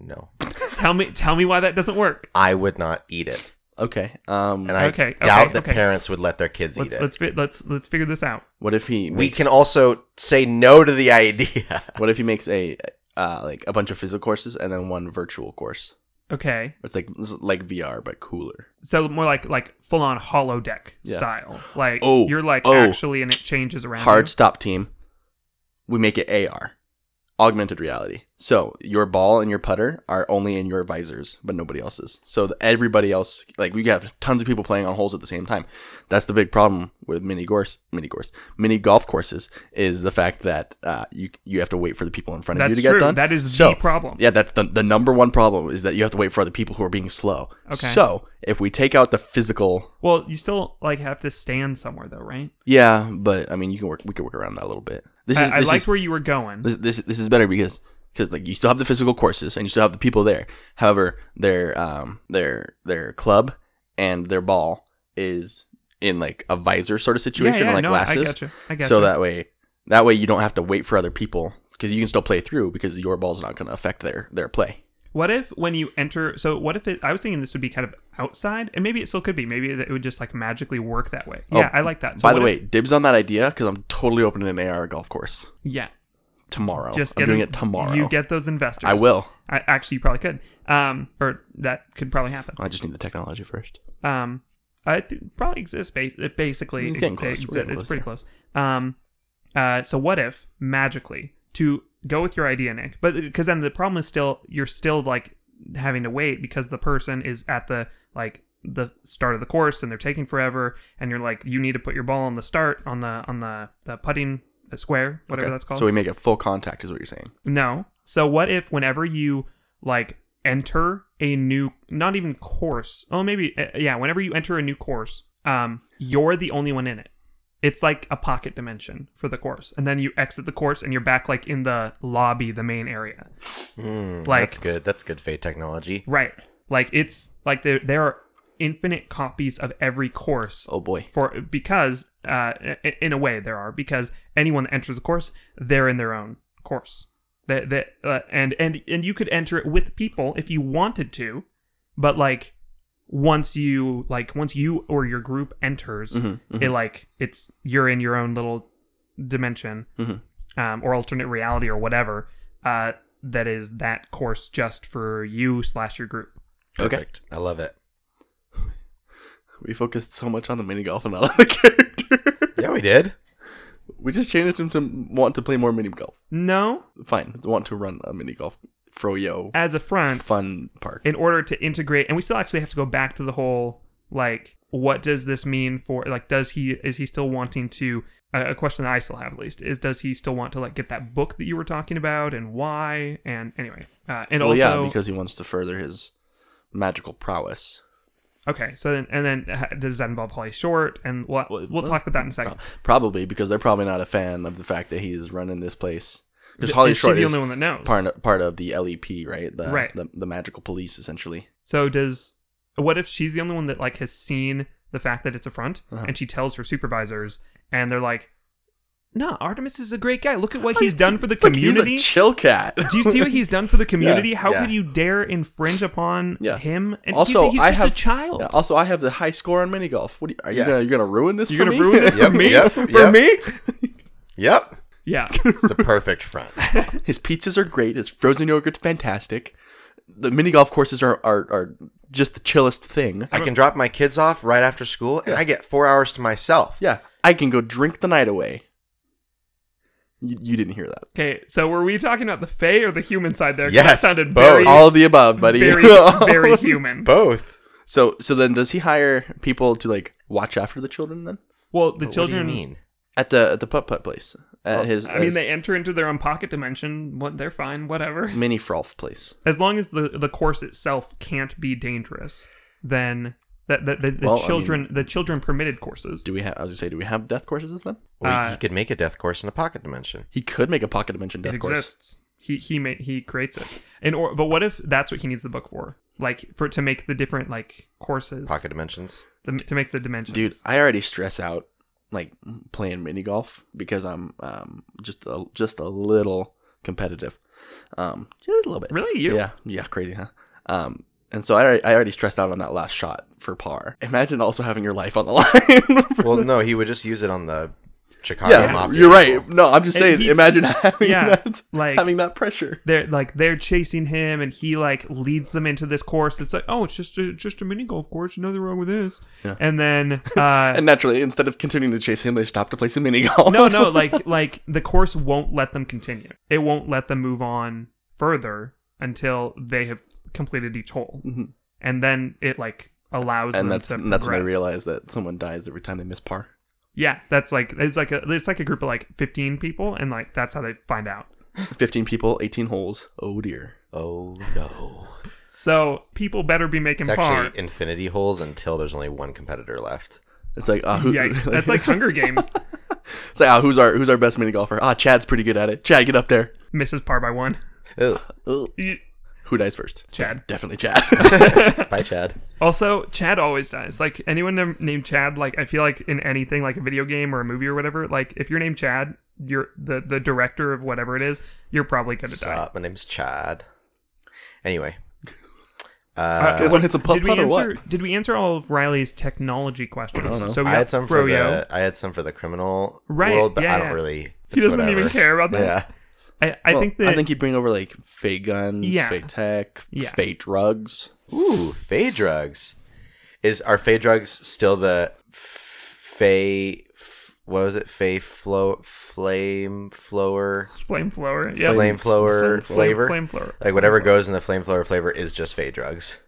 [SPEAKER 2] No.
[SPEAKER 3] Tell me tell me why that doesn't work.
[SPEAKER 2] I would not eat it.
[SPEAKER 1] Okay. Um.
[SPEAKER 2] And I
[SPEAKER 3] Okay, okay,
[SPEAKER 2] doubt that
[SPEAKER 3] okay.
[SPEAKER 2] parents would let their kids eat
[SPEAKER 3] Let's
[SPEAKER 2] it.
[SPEAKER 3] let's fi- let's let's figure this out.
[SPEAKER 1] what if he? Makes,
[SPEAKER 2] we can also say no to the idea.
[SPEAKER 1] What if he makes a uh, like a bunch of physical courses and then one virtual course?
[SPEAKER 3] Okay.
[SPEAKER 1] It's like it's like VR but cooler.
[SPEAKER 3] So more like like full on hollow deck
[SPEAKER 1] Yeah.
[SPEAKER 3] style. Like
[SPEAKER 1] Oh,
[SPEAKER 3] you're like
[SPEAKER 1] oh.
[SPEAKER 3] actually and it changes around.
[SPEAKER 1] Hard
[SPEAKER 3] you.
[SPEAKER 1] stop team. We make it AR, augmented reality. So your ball and your putter are only in your visors, but nobody else's. So that everybody else, like we have tons of people playing on holes at the same time. That's the big problem with mini course, mini course, mini golf courses is the fact that uh, you you have to wait for the people in front of you
[SPEAKER 3] That's
[SPEAKER 1] to get
[SPEAKER 3] true.
[SPEAKER 1] done.
[SPEAKER 3] That is
[SPEAKER 1] So,
[SPEAKER 3] the problem.
[SPEAKER 1] Yeah, that's the, the number one problem is that you have to wait for other people who are being slow.
[SPEAKER 3] Okay.
[SPEAKER 1] So if we take out the physical,
[SPEAKER 3] Well, you still like have to stand somewhere though, right?
[SPEAKER 1] yeah, but I mean you can work. We can work around that a little bit. This is
[SPEAKER 3] I, I
[SPEAKER 1] this
[SPEAKER 3] liked
[SPEAKER 1] is,
[SPEAKER 3] where you were going.
[SPEAKER 1] this, this this is better because because like you still have the physical courses and you still have the people there. However, their um their their club and their ball is in like a visor sort of situation or like
[SPEAKER 3] I
[SPEAKER 1] glasses.
[SPEAKER 3] gotcha. I gotcha.
[SPEAKER 1] So that way, that way you don't have to wait for other people because you can still play through because your ball's not going to affect their their play.
[SPEAKER 3] What if when you enter? So what if it? I was thinking this would be kind of outside, and maybe it still could be. Maybe it would just like magically work that way. yeah, I like that. So
[SPEAKER 1] Oh, By the
[SPEAKER 3] what
[SPEAKER 1] way,
[SPEAKER 3] if-
[SPEAKER 1] dibs on that idea because I'm totally opening an AR golf course
[SPEAKER 3] yeah,
[SPEAKER 1] tomorrow. oh,
[SPEAKER 3] just
[SPEAKER 1] I'm
[SPEAKER 3] get
[SPEAKER 1] doing
[SPEAKER 3] them-
[SPEAKER 1] it tomorrow.
[SPEAKER 3] You get those investors.
[SPEAKER 1] I will.
[SPEAKER 3] I, actually, you probably could. Um, or that could probably happen.
[SPEAKER 1] I just need the technology first.
[SPEAKER 3] Um, I th- probably exists bas- it basically.
[SPEAKER 1] It's getting
[SPEAKER 3] it-
[SPEAKER 1] close.
[SPEAKER 3] it
[SPEAKER 1] We're getting
[SPEAKER 3] exi-
[SPEAKER 1] close
[SPEAKER 3] it's pretty close. Um, uh, so what if magically to go with your idea, Nick? But because then the problem is still you're still like having to wait because the person is at the like the start of the course and they're taking forever, and you're like you need to put your ball on the start on the on the the putting uh, square, whatever
[SPEAKER 1] Okay.
[SPEAKER 3] that's called.
[SPEAKER 1] So we make it full contact, is what you're saying.
[SPEAKER 3] No. So what if whenever you like enter a new not even course. Oh maybe uh, yeah, whenever you enter a new course, um you're the only one in it. It's like a pocket dimension for the course. And then you exit the course and you're back like in the lobby, the main area. like
[SPEAKER 2] Hmm, That's good. That's good Fade technology.
[SPEAKER 3] right. Like it's like there there are infinite copies of every course
[SPEAKER 1] Oh boy.
[SPEAKER 3] for because uh, i- in a way there are because anyone that enters the course they're in their own course that that uh, and and and you could enter it with people if you wanted to but like once you like once you or your group enters
[SPEAKER 1] Mm-hmm,
[SPEAKER 3] it like it's you're in your own little dimension
[SPEAKER 1] Mhm.
[SPEAKER 3] um, or alternate reality or whatever uh, that is that course just for you slash your group
[SPEAKER 1] Okay.
[SPEAKER 2] Perfect. I love it.
[SPEAKER 1] We focused so much on the mini golf and not on the character.
[SPEAKER 2] Yeah, we did.
[SPEAKER 1] we just changed him to want to play more mini golf.
[SPEAKER 3] no
[SPEAKER 1] Fine, want to run a mini golf froyo
[SPEAKER 3] as a front
[SPEAKER 1] fun park.
[SPEAKER 3] in order to integrate and we still actually have to go back to the whole like what does this mean for like does he is he still wanting to a a question that i still have at least is does he still want to like get that book that you were talking about and why and anyway uh, and
[SPEAKER 1] well,
[SPEAKER 3] also
[SPEAKER 1] yeah, because he wants to further his magical prowess.
[SPEAKER 3] okay so then and then uh, does that involve holly short and we'll, we'll talk about that in a second
[SPEAKER 1] Probably because they're probably not a fan of the fact that he is running this place. Because Holly
[SPEAKER 3] is she
[SPEAKER 1] Short
[SPEAKER 3] the
[SPEAKER 1] is
[SPEAKER 3] only one that knows
[SPEAKER 1] part of, part of the LEP, right? The,
[SPEAKER 3] Right.
[SPEAKER 1] The, the magical police, essentially.
[SPEAKER 3] So does what if she's the only one that like has seen the fact that it's a front
[SPEAKER 2] Uh-huh.
[SPEAKER 3] and she tells her supervisors and they're like, "No, Artemis is a great guy. Look at what he's done for the
[SPEAKER 1] Look, he's
[SPEAKER 3] community.
[SPEAKER 1] a chill cat.
[SPEAKER 3] Do you see what he's done for the community? How
[SPEAKER 2] yeah.
[SPEAKER 3] could you dare infringe upon
[SPEAKER 1] Yeah.
[SPEAKER 3] him? And
[SPEAKER 1] also,
[SPEAKER 3] he's, he's
[SPEAKER 1] I
[SPEAKER 3] just
[SPEAKER 1] have
[SPEAKER 3] a child.
[SPEAKER 1] yeah, also, I have the high score on mini golf. What are you, are you
[SPEAKER 2] Yeah.
[SPEAKER 1] gonna you're gonna ruin this?
[SPEAKER 3] You're
[SPEAKER 1] for
[SPEAKER 3] gonna
[SPEAKER 1] me?
[SPEAKER 3] ruin it for
[SPEAKER 2] Yep,
[SPEAKER 3] me?
[SPEAKER 2] yep,
[SPEAKER 3] for
[SPEAKER 2] yep.
[SPEAKER 3] me?
[SPEAKER 2] Yep.
[SPEAKER 3] Yeah.
[SPEAKER 2] It's the perfect front.
[SPEAKER 1] His pizzas are great. His frozen yogurt's fantastic. The mini golf courses are are, are just the chillest thing.
[SPEAKER 2] I can drop my kids off right after school and I get four hours to myself.
[SPEAKER 1] Yeah, I can go drink the night away. You, you didn't hear that.
[SPEAKER 3] Okay. So were we talking about the Fey or the human side there? 'Cause
[SPEAKER 2] Yes,
[SPEAKER 3] That sounded
[SPEAKER 2] both.
[SPEAKER 3] very,
[SPEAKER 1] All of the above, buddy.
[SPEAKER 3] very, very human.
[SPEAKER 2] Both.
[SPEAKER 1] so so then does he hire people to like watch after the children then
[SPEAKER 3] Well, the
[SPEAKER 2] But
[SPEAKER 3] children.
[SPEAKER 2] What do you mean?
[SPEAKER 1] at the at the putt putt place at his
[SPEAKER 3] I mean,
[SPEAKER 1] his
[SPEAKER 3] they enter into their own pocket dimension. What they're fine. Whatever.
[SPEAKER 1] mini frolf place.
[SPEAKER 3] as long as the the course itself can't be dangerous, then that the, the, the
[SPEAKER 1] Well, I
[SPEAKER 3] children the children permitted courses.
[SPEAKER 1] Do we have? I was gonna say, do we have death courses then?
[SPEAKER 2] Well,
[SPEAKER 3] Uh,
[SPEAKER 2] he could make a death course in the pocket dimension.
[SPEAKER 1] He could make a pocket dimension
[SPEAKER 3] it
[SPEAKER 1] death course.
[SPEAKER 3] exists. He he ma- he creates it. And or but what if that's what he needs the book for? Like for to make the different like courses,
[SPEAKER 2] Pocket dimensions.
[SPEAKER 3] the, to make the dimensions.
[SPEAKER 1] Dude, I already stress out like playing mini golf because I'm um just a just a little competitive, um just a little bit.
[SPEAKER 3] really you?
[SPEAKER 1] Yeah, yeah, crazy, huh? Um, and so I already, I already stressed out on that last shot for par. Imagine also having your life on the line. for-
[SPEAKER 2] Well, no, he would just use it on the Chicago
[SPEAKER 1] yeah,
[SPEAKER 2] Mafia.
[SPEAKER 1] you're right. No, I'm just
[SPEAKER 3] And
[SPEAKER 1] saying.
[SPEAKER 3] he-
[SPEAKER 1] imagine having
[SPEAKER 3] Yeah,
[SPEAKER 1] that,
[SPEAKER 3] like-
[SPEAKER 1] having that pressure.
[SPEAKER 3] They're like they're chasing him, and he like leads them into this course. It's like, oh, it's just a, just a mini golf course. Nothing wrong with this.
[SPEAKER 1] Yeah.
[SPEAKER 3] And then uh,
[SPEAKER 1] And naturally, instead of continuing to chase him, they stop to play some mini golf.
[SPEAKER 3] no no like like the course won't let them continue it won't let them move on further until they have completed each hole
[SPEAKER 1] Mhm.
[SPEAKER 3] and then it like allows
[SPEAKER 1] and
[SPEAKER 3] them
[SPEAKER 1] that's
[SPEAKER 3] to
[SPEAKER 1] and that's when I
[SPEAKER 3] progress.
[SPEAKER 1] realized that someone dies every time they miss par.
[SPEAKER 3] yeah that's like it's like a it's like a group of like 15 people and like that's how they find out
[SPEAKER 1] Fifteen people, eighteen holes. Oh dear.
[SPEAKER 2] Oh no.
[SPEAKER 3] so people better be making
[SPEAKER 2] It's
[SPEAKER 3] par
[SPEAKER 2] actually infinity holes until there's only one competitor left.
[SPEAKER 1] It's like uh, who, uh,
[SPEAKER 3] Yikes. That's like Hunger Games.
[SPEAKER 1] it's like ah, who's our who's our best mini golfer? Ah, Chad's pretty good at it. Chad, get up there.
[SPEAKER 3] Misses par by one.
[SPEAKER 2] Ooh,
[SPEAKER 1] Ugh.
[SPEAKER 3] Y-
[SPEAKER 1] Who dies first?
[SPEAKER 3] Chad.
[SPEAKER 1] Definitely Chad.
[SPEAKER 2] bye, Chad.
[SPEAKER 3] Also, Chad always dies. Like anyone nam- named Chad, like I feel like in anything, like a video game or a movie or whatever, like if you're named Chad, you're the the director of whatever it is, you're probably gonna
[SPEAKER 2] What's
[SPEAKER 3] die.
[SPEAKER 2] up? My name's Chad. Anyway,
[SPEAKER 3] Uh,
[SPEAKER 1] Guess one hits a putt
[SPEAKER 3] did we
[SPEAKER 1] putt or what?
[SPEAKER 3] answer? Did we answer all of Riley's technology questions? So we
[SPEAKER 2] I had some for
[SPEAKER 3] Froyo.
[SPEAKER 2] the I had some for the criminal
[SPEAKER 3] Right,
[SPEAKER 2] world, but
[SPEAKER 3] yeah,
[SPEAKER 2] I don't
[SPEAKER 3] yeah.
[SPEAKER 2] really.
[SPEAKER 3] He
[SPEAKER 2] it's
[SPEAKER 3] doesn't even
[SPEAKER 2] whatever.
[SPEAKER 3] care about that.
[SPEAKER 2] Yeah.
[SPEAKER 3] I, I
[SPEAKER 1] Well,
[SPEAKER 3] think that
[SPEAKER 1] I think you'd bring over like fake guns,
[SPEAKER 3] Yeah.
[SPEAKER 1] fake tech,
[SPEAKER 3] Yeah.
[SPEAKER 1] fake drugs.
[SPEAKER 2] Ooh, Fey drugs. Is are Fey drugs still the f- Fey? F- what was it? Fey flow flame flower
[SPEAKER 3] flame flower. Yeah,
[SPEAKER 2] flame flower
[SPEAKER 1] flame-
[SPEAKER 2] flavor.
[SPEAKER 3] flame flower.
[SPEAKER 2] like whatever goes in the flame flower flavor is just Fey drugs.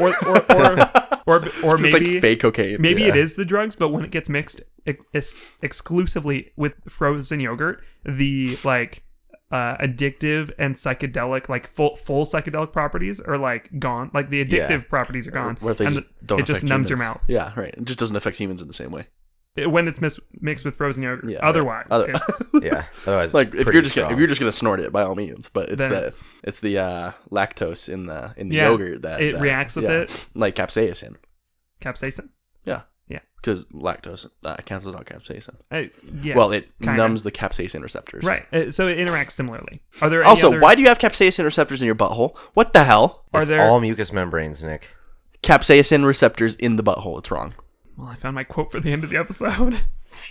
[SPEAKER 3] Or or or or, or
[SPEAKER 1] Just
[SPEAKER 3] maybe
[SPEAKER 1] like fake cocaine.
[SPEAKER 3] Maybe
[SPEAKER 1] Yeah.
[SPEAKER 3] it is the drugs, but when it gets mixed ex- exclusively with frozen yogurt, the like uh, addictive and psychedelic, like full full psychedelic properties are like gone. Like the addictive
[SPEAKER 2] Yeah.
[SPEAKER 3] properties are gone,
[SPEAKER 1] Where they
[SPEAKER 3] and
[SPEAKER 1] just don't
[SPEAKER 3] it just
[SPEAKER 1] affect
[SPEAKER 3] numbs your
[SPEAKER 1] humans.
[SPEAKER 3] mouth
[SPEAKER 1] Yeah, right. It just doesn't affect humans in the same way.
[SPEAKER 3] It- when it's mis- mixed with frozen yogurt.
[SPEAKER 1] Yeah, right.
[SPEAKER 3] Otherwise,
[SPEAKER 1] Other-
[SPEAKER 3] it's,
[SPEAKER 2] Yeah. Otherwise, it's
[SPEAKER 1] Like if
[SPEAKER 2] pretty
[SPEAKER 1] you're just
[SPEAKER 2] strong.
[SPEAKER 1] gonna, if you're just gonna snort it by all means, but it's
[SPEAKER 3] Then
[SPEAKER 1] the
[SPEAKER 3] it's-
[SPEAKER 1] it's, the uh, lactose in the in the
[SPEAKER 3] Yeah,
[SPEAKER 1] yogurt that
[SPEAKER 3] it
[SPEAKER 1] that-
[SPEAKER 3] reacts with
[SPEAKER 1] yeah,
[SPEAKER 3] it.
[SPEAKER 1] like capsaicin.
[SPEAKER 3] capsaicin.
[SPEAKER 1] Yeah,
[SPEAKER 3] Yeah.
[SPEAKER 1] because lactose uh, cancels out capsaicin.
[SPEAKER 3] I, yeah.
[SPEAKER 1] Well, it
[SPEAKER 3] kinda.
[SPEAKER 1] numbs the capsaicin receptors.
[SPEAKER 3] right. Uh, so it interacts similarly. Are there any
[SPEAKER 1] Also,
[SPEAKER 3] other-
[SPEAKER 1] why do you have capsaicin receptors in your butthole? What the hell?
[SPEAKER 3] are
[SPEAKER 2] It's
[SPEAKER 3] there?
[SPEAKER 2] all mucous membranes, Nick?
[SPEAKER 1] Capsaicin receptors in the butthole. It's wrong.
[SPEAKER 3] Well, I found my quote for the end of the episode.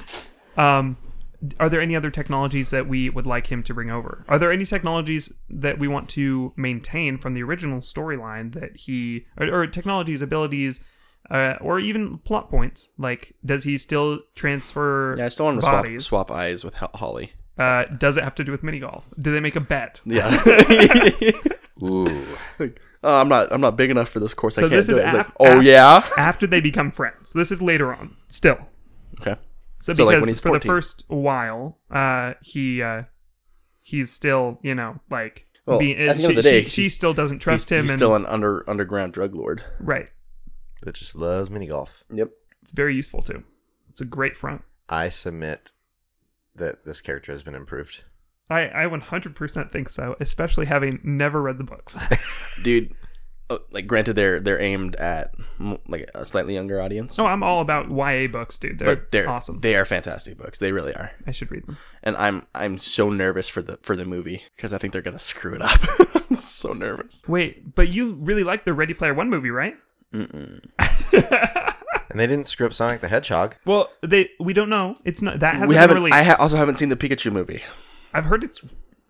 [SPEAKER 3] um, are there any other technologies that we would like him to bring over? Are there any technologies that we want to maintain from the original storyline that he, or, or technologies, abilities, uh, or even plot points? Like, does he still transfer?
[SPEAKER 1] Yeah, I still want to swap,
[SPEAKER 3] bodies?
[SPEAKER 1] swap eyes with Ho- Holly.
[SPEAKER 3] Uh, does it have to do with mini golf? Do they make a bet?
[SPEAKER 1] Yeah.
[SPEAKER 2] Ooh.
[SPEAKER 1] Like, oh, I'm not. I'm not big enough for this course. I
[SPEAKER 3] So
[SPEAKER 1] can't
[SPEAKER 3] this
[SPEAKER 1] do
[SPEAKER 3] is
[SPEAKER 1] it. Like,
[SPEAKER 3] af-
[SPEAKER 1] oh
[SPEAKER 3] af-
[SPEAKER 1] yeah.
[SPEAKER 3] After they become friends, this is later on. Still,
[SPEAKER 1] Okay.
[SPEAKER 3] So,
[SPEAKER 1] So, like,
[SPEAKER 3] because
[SPEAKER 1] when he's
[SPEAKER 3] for the
[SPEAKER 1] 14.
[SPEAKER 3] first while, uh, he uh, he's still you know like
[SPEAKER 1] Well,
[SPEAKER 3] being,
[SPEAKER 1] at the end
[SPEAKER 3] she,
[SPEAKER 1] of the day,
[SPEAKER 3] she, she
[SPEAKER 1] he's-
[SPEAKER 3] still doesn't trust
[SPEAKER 1] he's,
[SPEAKER 3] him
[SPEAKER 1] He's
[SPEAKER 3] and
[SPEAKER 1] still an under underground drug lord.
[SPEAKER 3] right.
[SPEAKER 2] That just loves mini golf.
[SPEAKER 1] Yep.
[SPEAKER 3] It's very useful too. It's a great front.
[SPEAKER 2] I submit that this character has been improved.
[SPEAKER 3] I I 100% think so, especially having never read the books.
[SPEAKER 1] Dude. uh, Like granted, they're they're aimed at mm, like a slightly younger audience.
[SPEAKER 3] oh, I'm all about YA books, dude. They're,
[SPEAKER 1] but they're
[SPEAKER 3] awesome.
[SPEAKER 1] They are fantastic books. They really are.
[SPEAKER 3] I should read them.
[SPEAKER 1] And I'm I'm so nervous for the for the movie because I think they're gonna screw it up. I'm so nervous.
[SPEAKER 3] Wait, but you really like the Ready Player One movie, right?
[SPEAKER 2] And they didn't screw up Sonic the Hedgehog.
[SPEAKER 3] Well, they we don't know. It's not that hasn't
[SPEAKER 1] we
[SPEAKER 3] been
[SPEAKER 1] haven't.
[SPEAKER 3] released.
[SPEAKER 1] I ha- also haven't seen the Pikachu movie.
[SPEAKER 3] I've heard it's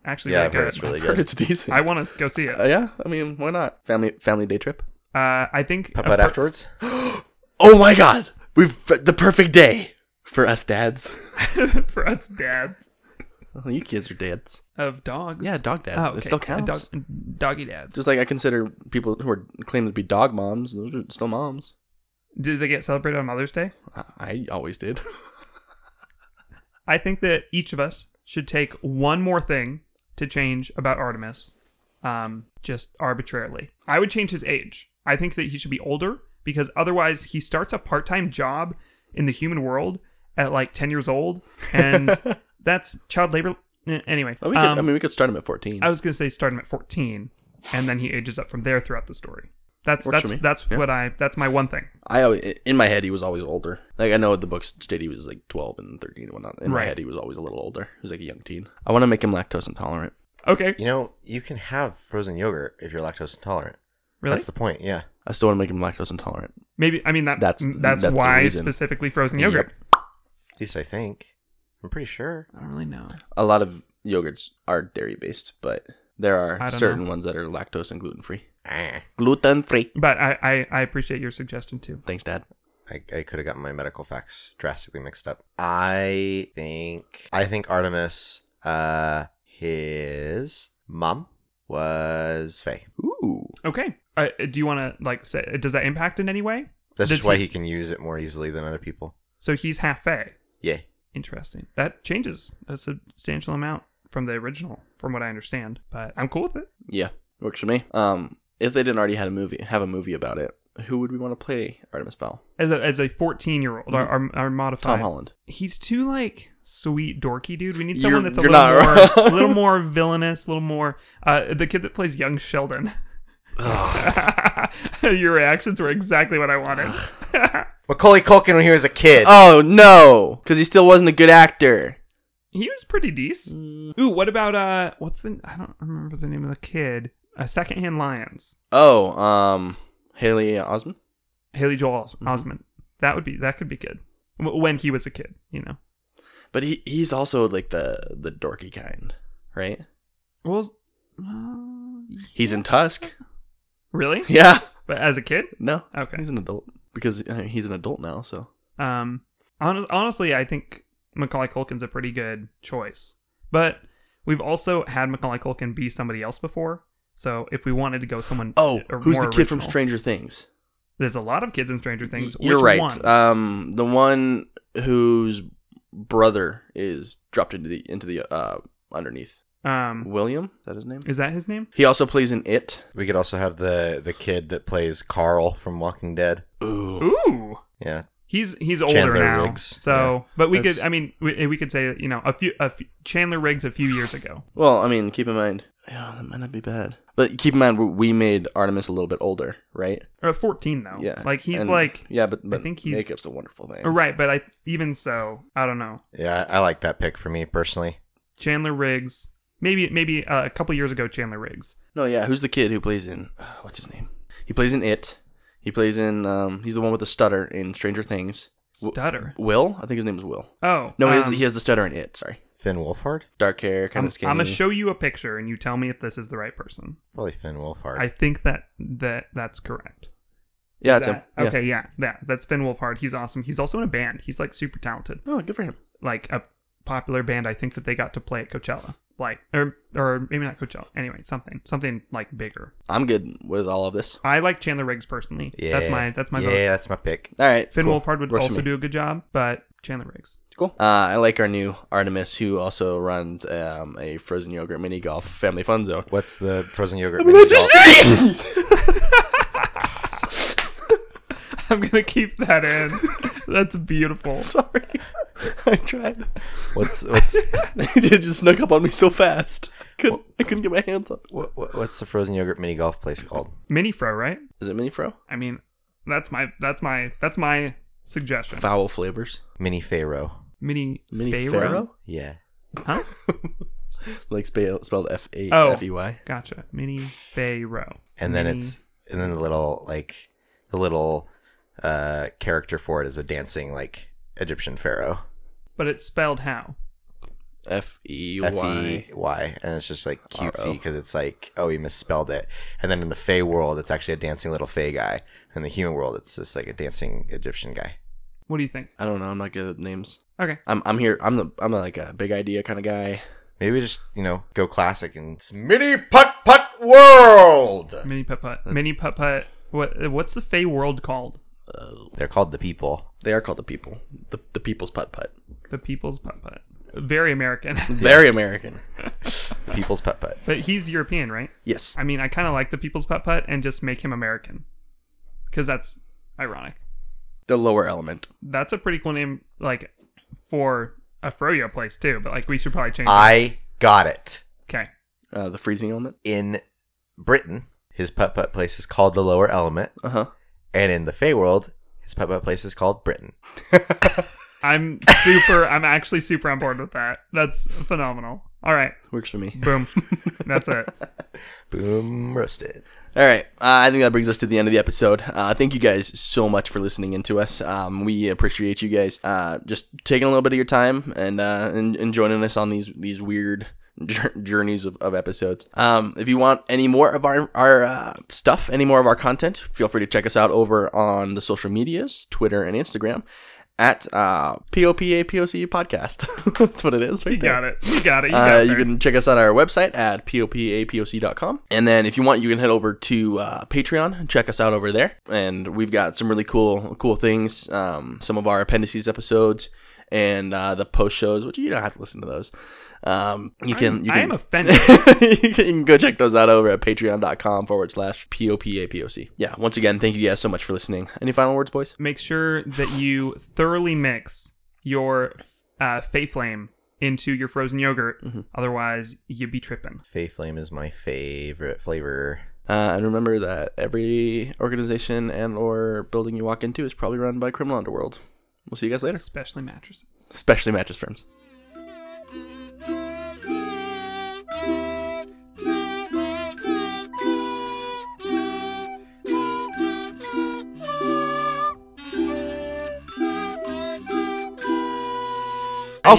[SPEAKER 3] actually
[SPEAKER 2] Yeah,
[SPEAKER 3] really
[SPEAKER 2] I've heard
[SPEAKER 3] good.
[SPEAKER 2] it's really
[SPEAKER 1] Heard
[SPEAKER 2] good.
[SPEAKER 1] it's decent.
[SPEAKER 3] I want to go see it.
[SPEAKER 1] Uh, yeah, I mean, why not? Family family day trip.
[SPEAKER 3] Uh, I think
[SPEAKER 2] Putt putt
[SPEAKER 3] a per-
[SPEAKER 2] afterwards.
[SPEAKER 1] Oh my god, we've the perfect day for us dads.
[SPEAKER 3] for us dads
[SPEAKER 1] Well, you kids are dads.
[SPEAKER 3] of dogs. Oh,
[SPEAKER 1] Yeah, dog dads. It still counts.
[SPEAKER 3] A dog, doggy dads.
[SPEAKER 1] Just like I consider people who are claim to be dog moms, those are still moms.
[SPEAKER 3] Did they get celebrated on Mother's Day?
[SPEAKER 1] I- I always did.
[SPEAKER 3] I think that each of us should take one more thing to change about Artemis, um, just arbitrarily. I would change his age. I think that he should be older because otherwise he starts a part time job in the human world at like 10 years old, and that's child labor. eh, Anyway,
[SPEAKER 1] Well, we could,
[SPEAKER 3] um,
[SPEAKER 1] I mean, we could start them at fourteen.
[SPEAKER 3] I was gonna say start him at fourteen, and then he ages up from there throughout the story. That's
[SPEAKER 1] Works for
[SPEAKER 3] that's
[SPEAKER 1] me.
[SPEAKER 3] that's
[SPEAKER 1] Yeah.
[SPEAKER 3] what I that's my one thing.
[SPEAKER 1] I always, in my head he was always older. Like I know the books state he was like twelve and thirteen and whatnot. In my
[SPEAKER 3] Right.
[SPEAKER 1] head he was always a little older. He was like a young teen. I want to make him lactose intolerant.
[SPEAKER 3] Okay,
[SPEAKER 2] You know, you can have frozen yogurt if you're lactose intolerant.
[SPEAKER 3] really?
[SPEAKER 2] That's the point. Yeah.
[SPEAKER 1] I still want to make him lactose intolerant.
[SPEAKER 3] Maybe I mean that that's
[SPEAKER 1] That's-
[SPEAKER 3] that's,
[SPEAKER 1] that's the
[SPEAKER 3] why
[SPEAKER 1] reason.
[SPEAKER 3] specifically frozen
[SPEAKER 1] Yep.
[SPEAKER 3] yogurt.
[SPEAKER 2] At least I think. I'm pretty sure.
[SPEAKER 3] I don't really know.
[SPEAKER 1] A lot of yogurts are dairy based, but there
[SPEAKER 3] I
[SPEAKER 1] are
[SPEAKER 3] don't
[SPEAKER 1] certain
[SPEAKER 3] know.
[SPEAKER 1] ones that are lactose and gluten free.
[SPEAKER 2] Ah.
[SPEAKER 1] Gluten free.
[SPEAKER 3] But I, I I appreciate your suggestion too.
[SPEAKER 1] Thanks, Dad.
[SPEAKER 2] I, I could have gotten my medical facts drastically mixed up. I think I think Artemis, uh, his mom was Faye.
[SPEAKER 1] Ooh.
[SPEAKER 3] Okay. Uh, do you want to like say? Does that impact in any way?
[SPEAKER 2] That's
[SPEAKER 3] Did
[SPEAKER 2] just why
[SPEAKER 3] he-
[SPEAKER 2] he can use it more easily than other people.
[SPEAKER 3] So he's half Fae.
[SPEAKER 2] Yeah.
[SPEAKER 3] Interesting. That changes a substantial amount from the original, from what I understand. But I'm cool with it.
[SPEAKER 1] Yeah, works for me. Um, if they didn't already had a movie, have a movie about it, who would we want to play Artemis Fowl?
[SPEAKER 3] as a as a fourteen year old, our, our our modified.
[SPEAKER 1] Mm. Tom Holland.
[SPEAKER 3] He's too like sweet dorky dude. We need
[SPEAKER 1] You're-
[SPEAKER 3] someone that's a
[SPEAKER 1] you're
[SPEAKER 3] little
[SPEAKER 1] not
[SPEAKER 3] more,
[SPEAKER 1] wrong.
[SPEAKER 3] a little more villainous, a little more. Uh, the kid that plays young Sheldon. Your reactions were exactly what I wanted.
[SPEAKER 2] Macaulay Culkin when he was a kid.
[SPEAKER 1] Oh no, because he still wasn't a good actor.
[SPEAKER 3] he was pretty
[SPEAKER 1] Mm.
[SPEAKER 3] decent. Ooh, what about uh, what's the? I don't remember the name of the kid. Uh, Secondhand Lions.
[SPEAKER 1] Oh, um, Haley Osmond.
[SPEAKER 3] Haley Joel
[SPEAKER 1] Mm-hmm.
[SPEAKER 3] Os- Osment. That would be that could be good. W- When he was a kid, you know.
[SPEAKER 1] But he he's also like the the dorky kind, right?
[SPEAKER 3] Well, uh,
[SPEAKER 1] He's in Tusk.
[SPEAKER 3] really?
[SPEAKER 1] Yeah.
[SPEAKER 3] But as a kid,
[SPEAKER 1] No.
[SPEAKER 3] okay.
[SPEAKER 1] He's an adult because I mean, he's an adult now. So
[SPEAKER 3] Um, hon- honestly, I think Macaulay Culkin's a pretty good choice. But we've also had Macaulay Culkin be somebody else before. So if we wanted to go someone,
[SPEAKER 1] oh,
[SPEAKER 3] or
[SPEAKER 1] who's the
[SPEAKER 3] more
[SPEAKER 1] kid from
[SPEAKER 3] original-
[SPEAKER 1] Stranger Things?
[SPEAKER 3] There's a lot of kids in Stranger Things.
[SPEAKER 1] You're
[SPEAKER 3] Which
[SPEAKER 1] right.
[SPEAKER 3] one?
[SPEAKER 1] Um, the one whose brother is dropped into the into the uh underneath.
[SPEAKER 3] um,
[SPEAKER 1] William, is that his name?
[SPEAKER 3] is that his name?
[SPEAKER 1] He also plays in It.
[SPEAKER 2] We could also have the the kid that plays Carl from Walking Dead.
[SPEAKER 1] Ooh.
[SPEAKER 3] Ooh.
[SPEAKER 2] Yeah,
[SPEAKER 3] He's he's older
[SPEAKER 2] Chandler
[SPEAKER 3] now,
[SPEAKER 2] Riggs.
[SPEAKER 3] so but we
[SPEAKER 2] That's-
[SPEAKER 3] could I mean we, we could say you know a few, a few Chandler Riggs a few years ago.
[SPEAKER 1] Well, I mean, keep in mind, yeah, that might not be bad. But keep in mind, we- we made Artemis a little bit older, right?
[SPEAKER 3] or 14 though.
[SPEAKER 1] Yeah.
[SPEAKER 3] Oh. like he's
[SPEAKER 1] and-
[SPEAKER 3] like
[SPEAKER 1] yeah, but, but
[SPEAKER 3] think he's-
[SPEAKER 1] makeup's a wonderful thing.
[SPEAKER 3] right, but I even so I don't know
[SPEAKER 2] yeah, I I like that pick for me personally.
[SPEAKER 3] Chandler Riggs maybe maybe uh, a couple years ago Chandler Riggs
[SPEAKER 1] No, yeah. Who's the kid who plays in uh, what's his name? He plays in It. He plays in. Um, he's the one with the stutter in Stranger Things. W-
[SPEAKER 3] stutter.
[SPEAKER 1] Will, I think his name is Will.
[SPEAKER 3] Oh
[SPEAKER 1] No, he, has,
[SPEAKER 3] um,
[SPEAKER 1] he has the stutter in It. Sorry,
[SPEAKER 2] Finn Wolfhard,
[SPEAKER 1] dark hair, kind
[SPEAKER 3] I'm,
[SPEAKER 1] of skinny.
[SPEAKER 3] I'm gonna show you a picture and you tell me if this is the right person.
[SPEAKER 2] probably Finn Wolfhard.
[SPEAKER 3] I think that that that's correct.
[SPEAKER 1] yeah, it's him. Yeah.
[SPEAKER 3] That- Okay, yeah, yeah, that's Finn Wolfhard. He's awesome. He's also in a band. He's like super talented.
[SPEAKER 1] Oh, good for him.
[SPEAKER 3] like a popular band I think that they got to play at Coachella. Like or or maybe not Coachella. Anyway, something. Something like bigger.
[SPEAKER 1] I'm good with all of this.
[SPEAKER 3] I like Chandler Riggs personally.
[SPEAKER 2] yeah,
[SPEAKER 3] That's my that's my
[SPEAKER 2] yeah,
[SPEAKER 3] vote.
[SPEAKER 2] that's my pick.
[SPEAKER 1] All right,
[SPEAKER 3] Finn
[SPEAKER 1] cool.
[SPEAKER 3] Wolfhard would
[SPEAKER 1] Works for
[SPEAKER 3] also
[SPEAKER 1] me.
[SPEAKER 3] do a good job, but Chandler Riggs.
[SPEAKER 1] Cool. Uh, I like our new Artemis, who also runs um, a frozen yogurt mini golf family fun zone.
[SPEAKER 2] What's the frozen yogurt? mini golf?
[SPEAKER 3] I'm gonna keep that in. That's beautiful.
[SPEAKER 1] Sorry, I tried.
[SPEAKER 2] What's what's
[SPEAKER 1] it just snuck up on me so fast. Couldn't, I couldn't get my hands on. it.
[SPEAKER 2] what, what- what's the frozen yogurt mini golf place called?
[SPEAKER 3] Mini fro, right?
[SPEAKER 1] Is it mini fro?
[SPEAKER 3] I mean, that's my that's my that's my suggestion.
[SPEAKER 1] Foul flavors.
[SPEAKER 2] Mini Pharaoh.
[SPEAKER 3] Mini,
[SPEAKER 1] Mini
[SPEAKER 3] Pharaoh?
[SPEAKER 2] Yeah,
[SPEAKER 3] Huh?
[SPEAKER 1] like spe- spelled F A
[SPEAKER 3] Oh.
[SPEAKER 1] F E Y.
[SPEAKER 3] Gotcha. Mini Pharaoh.
[SPEAKER 2] and then
[SPEAKER 3] Mini-
[SPEAKER 2] it's and then the little like the little uh character for it is a dancing like Egyptian pharaoh.
[SPEAKER 3] but it's spelled how?
[SPEAKER 1] F E
[SPEAKER 2] F
[SPEAKER 1] Y.
[SPEAKER 2] E Y, and it's just like
[SPEAKER 1] R-O.
[SPEAKER 2] cutesy because it's like, oh, he misspelled it. And then in the Fey world, it's actually a dancing little Fey guy. In the human world, it's just like a dancing Egyptian guy.
[SPEAKER 3] What do you think?
[SPEAKER 1] I don't know. I'm not good at names.
[SPEAKER 3] Okay.
[SPEAKER 1] I'm I'm here. I'm the I'm like a big idea kind of guy.
[SPEAKER 2] Maybe we just you know go classic and it's mini putt putt world.
[SPEAKER 3] Mini putt putt. Mini putt putt. What what's the Fey world called?
[SPEAKER 2] They're called the people.
[SPEAKER 1] They are called the people. The the people's putt putt.
[SPEAKER 3] The people's putt putt. Very American.
[SPEAKER 1] Very American.
[SPEAKER 2] The people's putt putt.
[SPEAKER 3] but he's European, right?
[SPEAKER 1] Yes.
[SPEAKER 3] I mean, I kind of like the people's putt putt and just make him American, because that's ironic.
[SPEAKER 1] The lower element.
[SPEAKER 3] That's a pretty cool name, like for a froyo place too. But like, we should probably change. it.
[SPEAKER 2] I got it.
[SPEAKER 3] Okay,
[SPEAKER 1] Uh, the freezing element.
[SPEAKER 2] In Britain, his putt putt place is called the Lower Element,
[SPEAKER 1] Uh huh.
[SPEAKER 2] and in the Fey world, his putt putt place is called Britain.
[SPEAKER 3] I'm super. I'm actually super on board with that. That's phenomenal. All right,
[SPEAKER 1] Works for me.
[SPEAKER 3] boom. That's it.
[SPEAKER 2] Boom roasted.
[SPEAKER 1] All right. Uh, I think that brings us to the end of the episode. Uh, thank you guys so much for listening in to us. Um, we appreciate you guys uh, just taking a little bit of your time and, uh, and, and joining us on these these weird jour- journeys of, of episodes. Um, if you want any more of our, our uh, stuff, any more of our content, feel free to check us out over on the social medias, Twitter and Instagram, at uh, POPAPOC podcast. That's what it is right
[SPEAKER 3] You
[SPEAKER 1] there.
[SPEAKER 3] got it. You got it. You,
[SPEAKER 1] Uh,
[SPEAKER 3] got
[SPEAKER 1] you
[SPEAKER 3] there.
[SPEAKER 1] can check us out on our website at popapoc.com. And then if you want, you can head over to uh, Patreon and check us out over there. And we've got some really cool, cool things. Um, some of our appendices episodes and uh, the post shows, which you don't have to listen to those. Um, you can you
[SPEAKER 3] I am
[SPEAKER 1] can,
[SPEAKER 3] offended.
[SPEAKER 1] you can go check those out over at patreon.com forward slash popapoc. Yeah, once again, thank you guys so much for listening. Any final words, boys?
[SPEAKER 3] Make sure that you thoroughly mix your uh, Fey Flame into your frozen yogurt. Otherwise, you'd be tripping.
[SPEAKER 2] Fay Flame is my favorite flavor.
[SPEAKER 1] Uh, and remember that every organization and or building you walk into is probably run by criminal underworld. We'll see you guys later,
[SPEAKER 3] Especially mattresses.
[SPEAKER 1] especially mattress firms. Also,
[SPEAKER 3] other-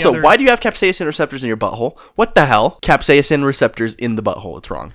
[SPEAKER 1] why do you have capsaicin receptors in your butthole? What the hell? Capsaicin receptors in the butthole. It's wrong.